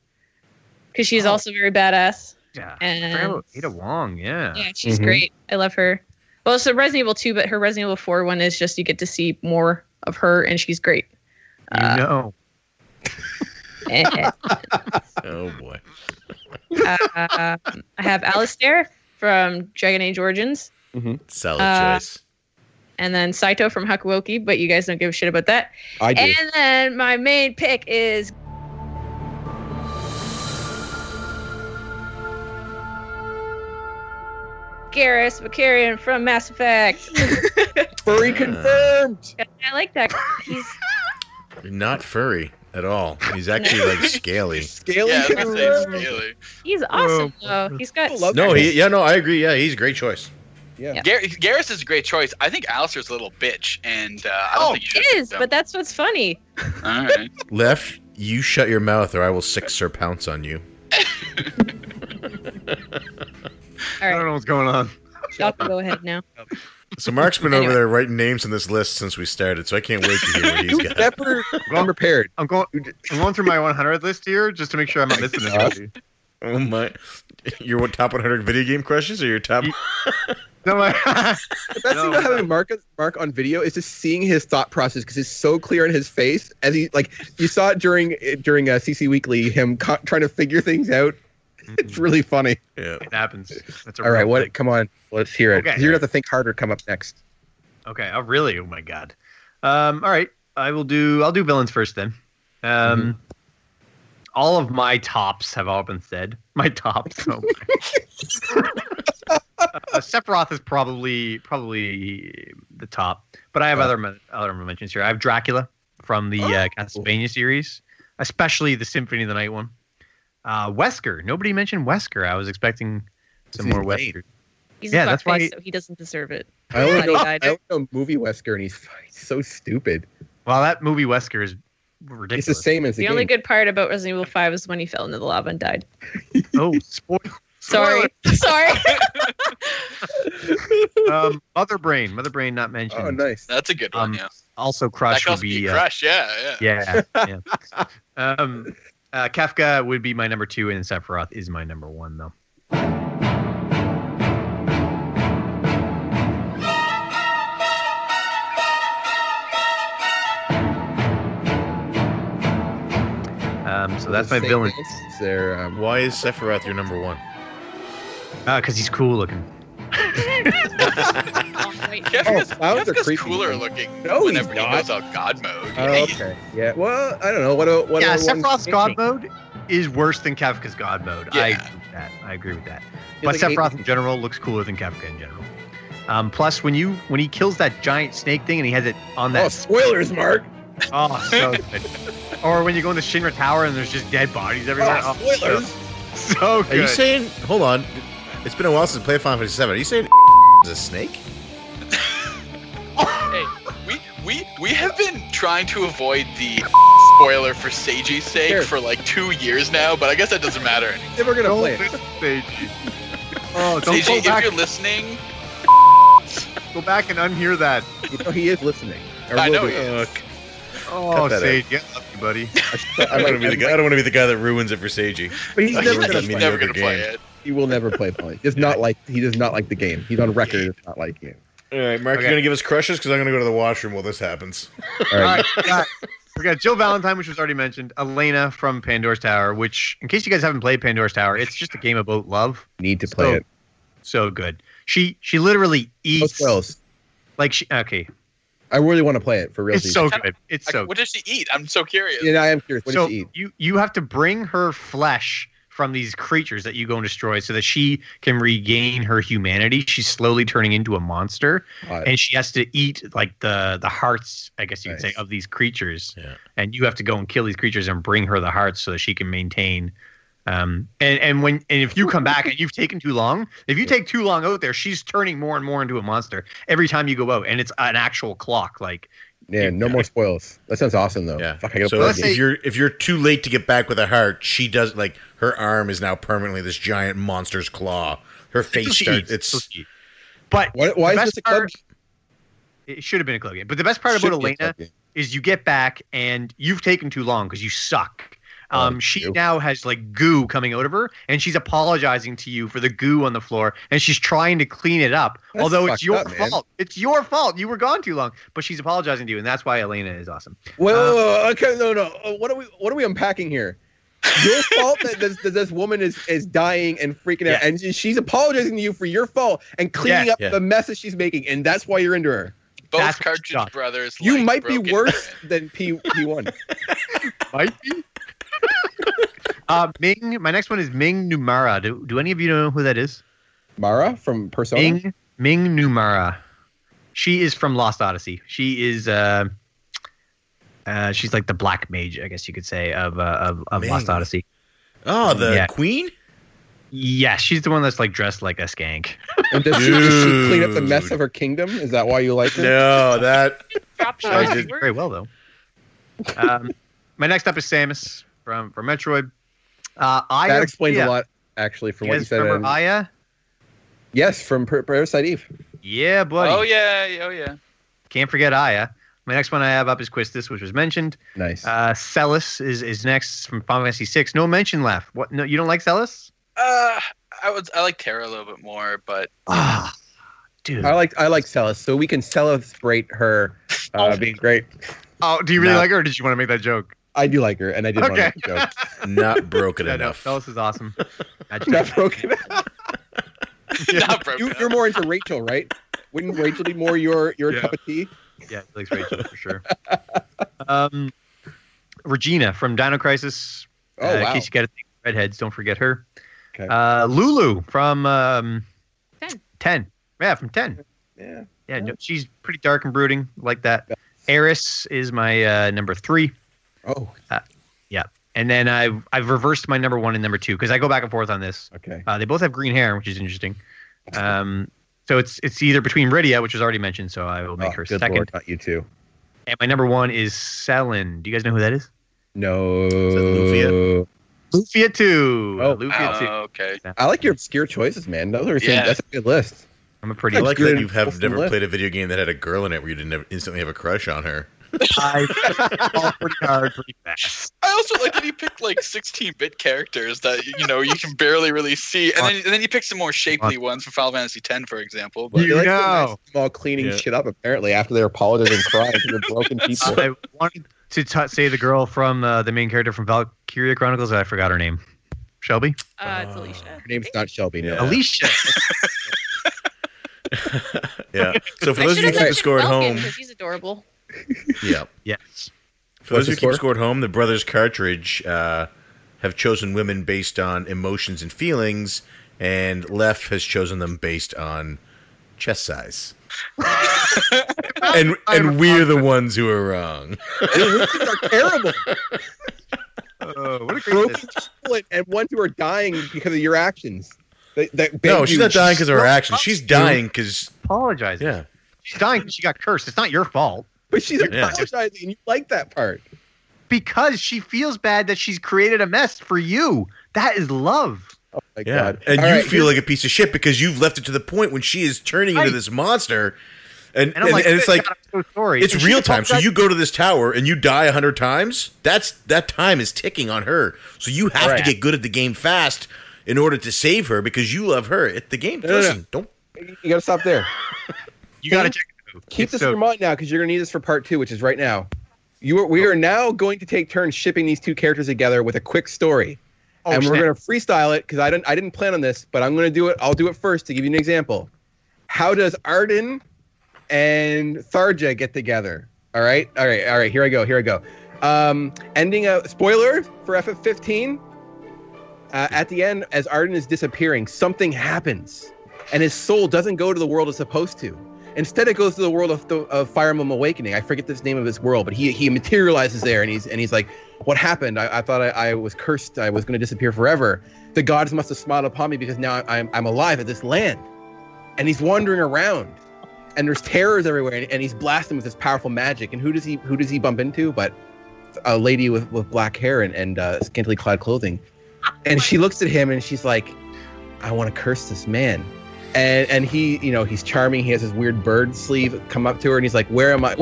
because she's Oh. also very badass. Yeah. And Ada Wong. Yeah. yeah, she's Mhm. great. I love her. Well, it's a Resident Evil Two, but her Resident Evil Four one is just you get to see more of her, and she's great. Uh, you know. Eh, Oh boy. eh. Uh, um, I have Alistair from Dragon Age Origins. Solid Uh, choice. and then Saito from Hakuoki, but you guys don't give a shit about that. I do. And then my main pick is Garrus Vakarian from Mass Effect. Furry Uh, confirmed. I like that. He's Not furry at all. He's actually like scaly. Scaly Yeah, I was gonna say it's confirmed. Scaly. he's awesome though. He's got People love No, that he, yeah, no, I agree. Yeah, he's a great choice. Yeah. Yeah. Gar- Garrus is a great choice. I think Alistair's a little bitch, and uh, I don't Oh, think you should it is, pick but him. that's what's funny. all right. Left, you shut your mouth or I will six sir pounce on you. All I don't right, know what's going on. y'all can go ahead now. So Mark's been over Anyway. there writing names on this list since we started, so I can't wait to hear what You he's got. never unprepared. I'm going. I'm going through my 100 list here just to make sure I'm not missing anybody. Oh my! Your what, top 100 video game crushes or your top? No, I- The best thing No. about having Mark Mark on video is just seeing his thought process because it's so clear in his face as he like you saw it during during uh, CC Weekly him co- trying to figure things out. It's really funny. Yeah. Mm-hmm. it happens. That's a All right, real what? thing. Come on, let's hear it. Okay. 'Cause You're gonna have to think harder. Come up next. Okay. Oh, really? Oh my god. Um, all right. I will do. I'll do villains first then. Um, Mm-hmm. All of my tops have all been said. My tops. Oh my. uh, Sephiroth is probably probably the top, but I have other other other mentions here. I have Dracula from the Oh. uh, Castlevania series, especially the Symphony of the Night one. Uh, Wesker. Nobody mentioned Wesker. I was expecting some He's more insane. Wesker. He's Yeah, a that's that's why- so he doesn't deserve it. I only Funny know, guy. I only know movie Wesker, and he's, he's so stupid. Well, that movie Wesker is It's ridiculous. the same as the, The only game. good part about Resident Evil Five is when he fell into the lava and died. Oh, spoiler. Sorry, sorry. um, Mother Brain, Mother Brain, not mentioned. oh, nice. That's a good one. Um, yeah, Also, that Crush could would be, be. Uh, Crush. Yeah, yeah. yeah, yeah. um, uh, Kafka would be my number two, and Sephiroth is my number one, though. Um, so that's my Same villain as Their, um, Why is Sephiroth your number one? because Ah, he's cool looking. Oh, wait. Kefka's, Oh, clowns are Kefka's creepy. cooler looking No, he's whenever he not. goes out God mode. oh, okay. Yeah. Well, I don't know. What? What? yeah, are ones- Sephiroth's God mode is worse than Kafka's God mode. I Yeah. agree with that. I agree with that. It's But like eight- Sephiroth in general looks cooler than Kafka in general. Um, plus, when you when he kills that giant snake thing and he has it on Oh, that spoilers, Mark. oh, so good. or when you go into Shinra Tower and there's just dead bodies everywhere. Oh, Oh, spoilers. So, so Are you good. saying? Hold on. It's been a while since I played Final Fantasy VII. Are you saying is a snake? We we we have been trying to avoid the spoiler for Seiji's sake Here. for like two years now, but I guess that doesn't matter. Never gonna Don't play it. listen, Seiji. Oh, don't Seiji, go if back, you're listening, go back and unhear that. You know, he is listening. Or I will know be. he is. Oh, that out. Sage, yeah, love you, buddy. I don't want to be the guy. I don't want to be the guy that ruins it for Seiji. But he's Like, never he's gonna. a he's play. never mediocre gonna play game. it. He will never play Polly. Does not like. He does not like the game. He's on record. It's not like you. All right, Mark, Okay. you're gonna give us crushes because I'm gonna go to the washroom while this happens. All right. All right, got- we got Jill Valentine, which was already mentioned. Elena from Pandora's Tower, which, in case you guys haven't played Pandora's Tower, it's just a game about love. Need to play So, it. So good. She she literally Most eats wells. like she. Okay, I really want to play it for real. it's so good. It's Like, so. what does she eat? I'm so curious. And I am curious. What so did she eat? you you have to bring her flesh from these creatures that you go and destroy, so that she can regain her humanity. She's slowly turning into a monster. God. and she has to eat like the the hearts i guess you could Nice. say of these creatures Yeah. and you have to go and kill these creatures and bring her the hearts so that she can maintain um and and when and if you come back and you've taken too long if you take too long out there she's turning more and more into a monster every time you go out and it's an actual clock like Yeah, no more spoils. That sounds awesome though. Yeah. Fuck, I gotta so play if, let's that say- game. if you're if you're too late to get back with a heart, she does like her arm is now permanently this giant monster's claw. Her face she starts. eats, It's she eats. but Why, why the is best this a club? part- it should have been a club game but the best part Should about be a elena club game. is you get back and you've taken too long because you suck. Um, Oh, she you. now has like goo coming out of her, and she's apologizing to you for the goo on the floor, and she's trying to clean it up. That's although it's fucked your up, man. fault. It's your fault. You were gone too long, but she's apologizing to you, and that's why Elena is awesome. Wait, Uh, wait, wait, wait, okay, no, no. Uh, What are we? What are we unpacking here? Your fault that this, that this woman is is dying and freaking out, Yeah. and she- she's apologizing to you for your fault and cleaning Yeah. up Yeah. the mess that she's making, and that's why you're into her. Both That's what she cartridge got. brothers. You like might be broken worse bread. than P P one. Might be. uh, Ming. My next one is Ming Numara. Do, do any of you know who that is? Mara from Persona. Ming Ming Numara. She is from Lost Odyssey. She is uh, uh, she's like the black mage, I guess you could say, of uh, of, of Lost Ming. Odyssey. oh, the Yeah. queen. Yeah, she's the one that's like dressed like a skank. And does she, does she clean up the Dude. mess of her kingdom? Is that why you like her? No, that Drop I Oh, She shot. did very well though. Um, my next up is Samus from from Metroid. Uh, Aya, That explains yeah. a lot, actually, from You what you guys said. remember and- Aya? Yes, from Per- Parasite Eve. Yeah, buddy. Oh yeah, oh yeah. Can't forget Aya. My next one I have up is Quistis, which was mentioned. Nice. Uh, Celis is, is next from Final Fantasy VI. No mention left. What? No, you don't like Celis? Uh, I was I like Terra a little bit more, but Ah, dude. I like I like Celis, so we can celebrate her uh, being great. oh, do you really No. like her, or did you want to make that joke? I do like her, and I did want to Okay. make a joke. not broken Yeah, no, enough. Celis is awesome. I just- Not broken. not broken. you, up. you're more into Rachel, right? Wouldn't Rachel be more your your Yeah. cup of tea? Yeah, he likes Rachel for sure. Um, Regina from Dino Crisis. Oh uh, In wow! case you got to think of redheads, don't forget her. Okay. Uh, Lulu from um, 10. 10. Yeah, from 10. yeah. Yeah, no, she's pretty dark and brooding like that. Eris is my uh, number three. Oh, And then I've, I've reversed my number one and number two because I go back and forth on this. okay. Uh, they both have green hair, which is interesting. Um, so it's it's either between Rydia, which was already mentioned, so I will make Oh, her good second. Lord, not you too. And my number one is Selin. Do you guys know who that is? No. Lufia? Lufia 2. Oh. Lufia 2. Oh, okay. I like your obscure choices, man. Those are some, Yeah. that's a good list. I'm a I pretty. like good. that you have Awesome never list. played a video game that had a girl in it where you didn't have, instantly have a crush on her. I fall pretty hard, pretty fast. I also like that he picked like 16-bit characters that you know you can barely really see, and then and then he picked some more shapely ones from Final Fantasy X, for example. But You They like the know. nice small cleaning Yeah. shit up apparently after they apologized and cried to the broken people. I wanted to t- say the girl from uh, the main character from Valkyria Chronicles. I forgot her name. Shelby? Uh, it's Oh. Alicia. Her name's not Shelby. No. Yeah. Alicia. Yeah. So for I those of you should have who keep mentioned score at Falcon home, because he's adorable. yeah. yes. For What's those who the keep score? score at home, the Brothers Cartridge uh, have chosen women based on emotions and feelings, and Left has chosen them based on chest size. and and we are the ones who are wrong. Dude, these things are terrible. Oh, what a great Broken list. people and, and ones who are dying because of your actions. That, that beg No, you- she's not dying because of her Well, actions. She's dying because Apologize. yeah, She's dying 'cause she got cursed. It's not your fault. But she's Yeah. apologizing, and you like that part. Because she feels bad that she's created a mess for you. That is love. Oh my yeah. god! And All you right, feel like a piece of shit because you've left it to the point when she is turning into Right. this monster, And, And I'm and, like, and it's "Good like God, I'm so sorry. it's And she real just time. walks So out- you go to this tower and you die a hundred times. That's that time is ticking on her. So you have Right. to get good at the game fast in order to save her because you love her. If the game No, no, no. listen, don't You gotta stop there. you gotta check. it out. Keep It's this so- in your mind now, because you're gonna need this for part two, which is right now. You are, we are now going to take turns shipping these two characters together with a quick story, Oh, and we're snap. gonna freestyle it because I didn't I didn't plan on this, but I'm gonna do it. I'll do it first to give you an example. How does Arden and Tharja get together? All right, all right, all right. Here I go. Here I go. Um, ending a spoiler for FF15. Uh, at the end, as Arden is disappearing, something happens, and his soul doesn't go to the world it's supposed to. Instead, it goes to the world of, the, of Fire Emblem Awakening. I forget this name of his world, but he he materializes there, and he's and he's like, "What happened? I, I thought I, I was cursed. I was going to disappear forever. The gods must have smiled upon me because now I'm I'm alive at this land." And he's wandering around, and there's terrors everywhere, and, and he's blasting with this powerful magic. And who does he who does he bump into? But a lady with, with black hair and, and uh, scantily clad clothing, and she looks at him and she's like, "I want to curse this man." and and he you know he's charming he has his weird bird sleeve come up to her and he's like where am i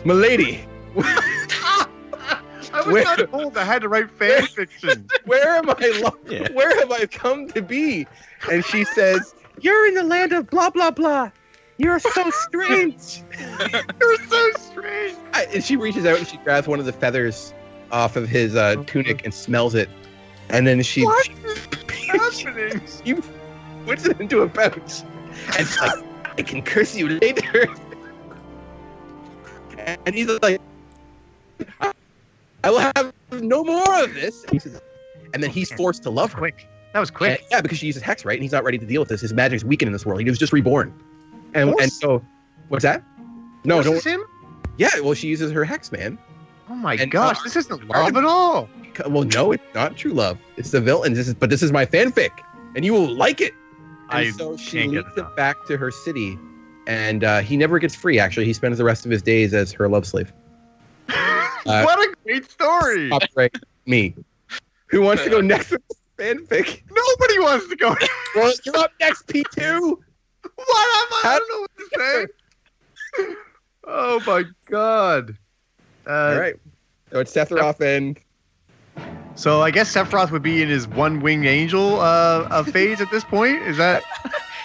milady I was Where- not told I had to write fan fiction. where am i lo- Yeah. where have i come to be and she says you're in the land of blah blah blah you're so strange You're so strange. I, and she reaches out and she grabs one of the feathers off of his uh, tunic and smells it and then she What What's happening? she puts it into a pouch and she's like, I can curse you later. And he's like, I will have no more of this. And he says- And then he's forced to love her. Quick. That was quick. Yeah, because she uses hex, right? And he's not ready to deal with this. His magic's weakened in this world. He was just reborn. And, and Force? so, what's that? No, This don't. is him? Yeah, well, she uses her hex, man. Oh my And- gosh, this isn't love at all. C- Well, no, it's not true love. It's the villain. This is, but this is my fanfic, and you will like it. And I so she can't get leads enough. it back to her city, and uh, he never gets free. Actually, he spends the rest of his days as her love slave. Uh, what a great story. Copyright me. Who wants to go next with this fanfic? Nobody wants to go. Well, you're up next, P two. What am I? How- I don't know what to say. oh my god. Uh, All right. So it's Sephiroth and So I guess Sephiroth would be in his one winged angel uh, uh, phase at this point. Is that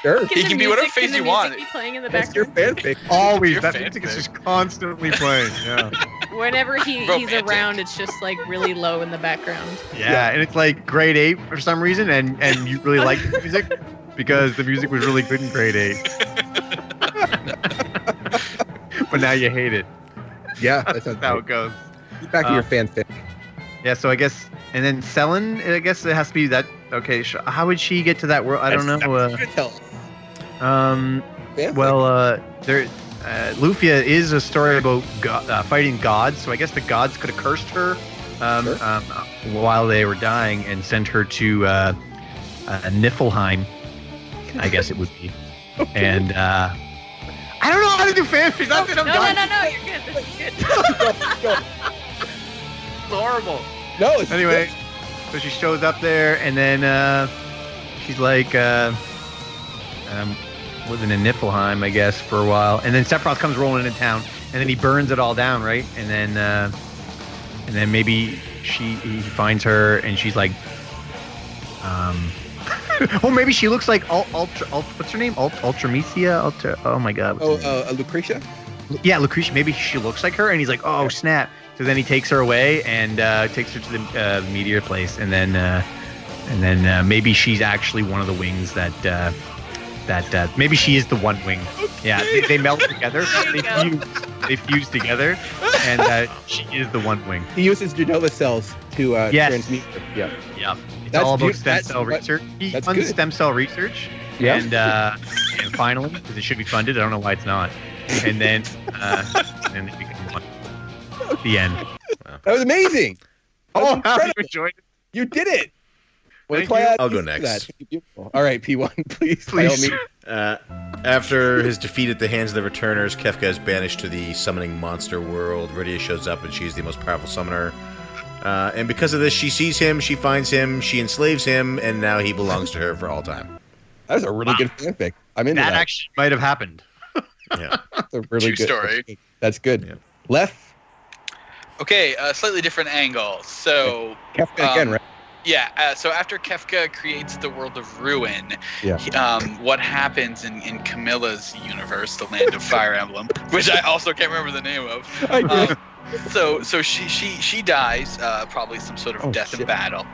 Sure. He can be whatever face you want. Be playing in the That's your background fanfic. always Your that fan music is base. just constantly playing? Yeah. whenever he, he's Romantic. around. It's just like really low in the background. yeah, and it's like grade eight for some reason, and and you really like the music because the music was really good in grade eight. but now you hate it. Yeah, that That's sounds how right. it goes. Back to uh, your fanfic. Yeah, so I guess, and then Selen, I guess it has to be that. Okay, sh- how would she get to that world? I don't know. Uh, You can tell us. um, Fanfic. well, uh, there, uh, Lufia is a story about go- uh, fighting gods, so I guess the gods could have cursed her um, Sure. um, while they were dying and sent her to uh, uh, Niflheim, I guess it would be. And uh, I don't know how to do fanfic. Not that no, I'm no, dying. no, no. You're good. This is good. Go, go. It's horrible. no, it's anyway, so she shows up there, and then uh, she's like, uh, um, living in Niflheim, I guess, for a while. And then Sephiroth comes rolling into town, and then he burns it all down, right? And then, uh, and then maybe she he finds her, and she's like, um. oh, maybe she looks like Ul- Ultra, Ultra. What's her name? Ultra, Ultramicia. Ultra. Oh my God. what's her Oh, name? uh, Lucretia. Yeah, Lucretia. Maybe she looks like her, and he's like, "Oh snap!" So then he takes her away and uh, takes her to the uh, meteor place, and then uh, and then uh, maybe she's actually one of the wings that uh, that uh, maybe she is the one wing. Yeah, they, they melt together. There They you go. fuse. They fuse together, and uh, she is the one wing. He uses Genova cells to uh, Yes. transmute. Yeah. Yeah, it's That's all about beaut- stem that's- cell that- research. He that's funds good. stem cell research, Yeah. and uh, and finally, because it should be funded, I don't know why it's not. And then uh, and then they become one. The end. That was amazing. That was Oh, how you incredible. enjoyed it. You did it. We're Thank glad you. you I'll go did next. that. You're beautiful. All right, P1, please. by all Please. means. Uh, after his defeat at the hands of the returners, Kefka is banished to the summoning monster world. Rydia shows up, and she's the most powerful summoner. Uh, and because of this, she sees him, she finds him, she enslaves him, and now he belongs to her for all time. That was a really good fanfic. I'm into That that. actually might have happened. That's a really True good story. That's good. Yeah. Left Okay, a slightly different angle. So Kefka Um, again, right? Yeah. Uh, so after Kefka creates the world of ruin, Yeah. he- um, what happens in, in Camilla's universe, the land of Fire Emblem, which I also can't remember the name of. I do. Um, so so she she she dies, uh, probably some sort of Oh, death in shit. Oh. battle,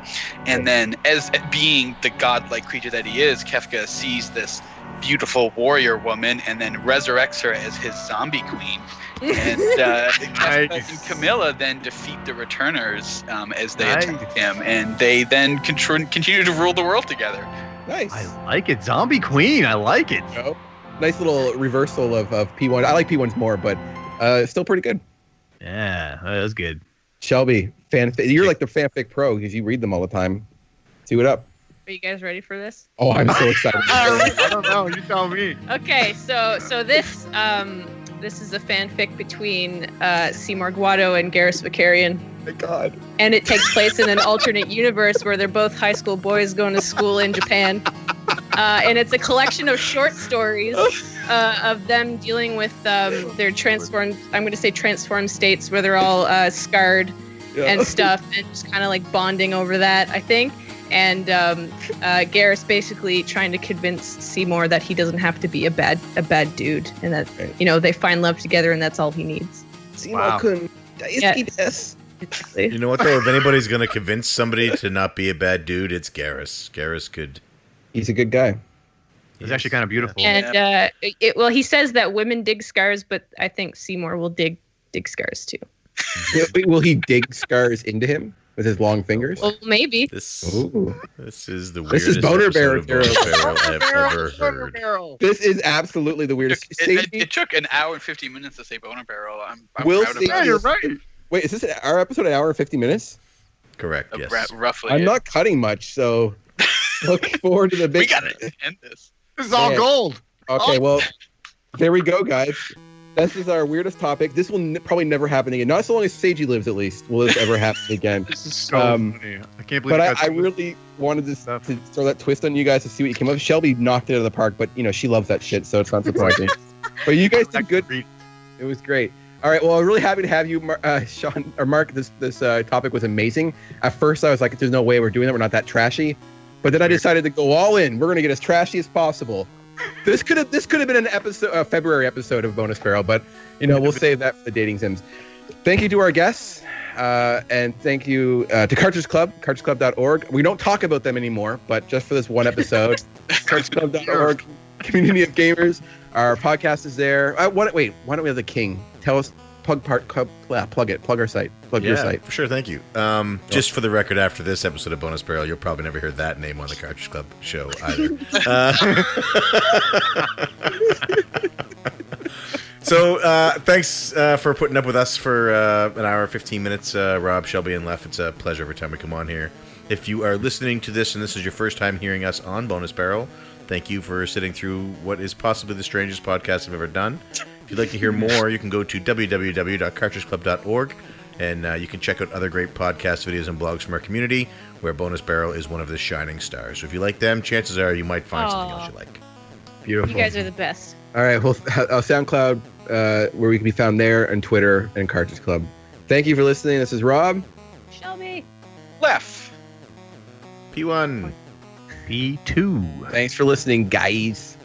and then as being the godlike creature that he is, Kefka sees this beautiful warrior woman and then resurrects her as his zombie queen and uh, Kafka Nice. and Camilla then defeat the Returners um, as they Nice. attack him, and they then contr- continue to rule the world together. nice. I like it. Zombie Queen. I like it. Joe. Nice little reversal of, of P1. I like P1s more, but uh, still pretty good. Yeah, that was good. Shelby, fanfic. You're like the fanfic pro because you read them all the time. Do it up. Are you guys ready for this? Oh, I'm so excited. I don't know. You tell me. Okay, so so this um this is a fanfic between uh, Seymour Guado and Garrus Vicarian, my God. and it takes place in an alternate universe where they're both high school boys going to school in Japan. Uh, and it's a collection of short stories uh, of them dealing with um, their transformed, I'm going to say transformed states where they're all uh, scarred Yeah. and stuff and just kind of like bonding over that i think and um, uh, Garrus basically trying to convince Seymour that he doesn't have to be a bad a bad dude, and that Right. you know they find love together, and that's all he needs. Wow. Yeah. Yes. Basically. You know what though? If anybody's gonna convince somebody to not be a bad dude, it's Garrus. Garrus could. He's a good guy. It's actually kind of beautiful. And uh, it, well, he says that women dig scars, but I think Seymour will dig dig scars too. Wait, will he dig scars into him with his long fingers? Well, maybe. This Ooh. this is the This is weirdest Boner episode Bear of Boner Tarot. Bear I've ever heard. barrel. This is absolutely the It, weirdest. took- it- Sadie- it took an hour and 15 minutes to say Boner Barrel. I'm, I'm Will proud Sadie- about Yeah, it. you're right. Wait, is this our episode an hour and 50 minutes? Correct. Uh, Yes. ra- roughly. I'm it. not cutting much, so look forward to the big. We gotta end this. This is all Yeah. gold. Okay, well, there we go, guys. This is our weirdest topic. This will n- probably never happen again. Not so long as Seiji lives, at least, will this ever happen again. This is so Um, funny. I can't believe. but I, that's- I really wanted to, Stuff. to throw that twist on you guys to see what you came up with. Shelby knocked it out of the park, but, you know, she loves that shit, so it's not surprising. but you guys did good. It was great. All right. Well, I'm really happy to have you, Mar- uh, Sean or Mark. This this uh, topic was amazing. At first, I was like, "There's no way we're doing that. We're not that trashy." But then I decided to go all in. We're going to get as trashy as possible. This could have this could have been an episode, a February episode of Bonus Barrel, but you know we'll save that for the dating sims. Thank you to our guests, uh, and thank you uh, to Cartridge Club, cartridgeclub.org. We don't talk about them anymore, but just for this one episode, cartridgeclub.org, community of gamers. Our podcast is there. Uh, what, wait, why don't we have the king? Tell us, plug part, club, pl- plug it, plug our site, plug your Yeah, site. for sure. Thank you. Um, Just for the record, after this episode of Bonus Barrel, you'll probably never hear that name on the Cartridge Club show either. Uh, so uh, thanks uh, for putting up with us for uh, an hour and 15 minutes, uh, Rob, Shelby, and Left. It's a pleasure every time we come on here. If you are listening to this and this is your first time hearing us on Bonus Barrel, thank you for sitting through what is possibly the strangest podcast I've ever done. If you'd like to hear more, you can go to www.cartridgeclub.org and uh, you can check out other great podcast videos and blogs from our community, where Bonus Barrel is one of the shining stars. So if you like them, chances are you might find something Aw. else you like. Beautiful. You guys are the best. All right. Well, uh, SoundCloud, uh, where we can be found there, and Twitter and Cartridge Club. Thank you for listening. This is Rob. Shelby. Left. P1. P two. Thanks for listening, guys.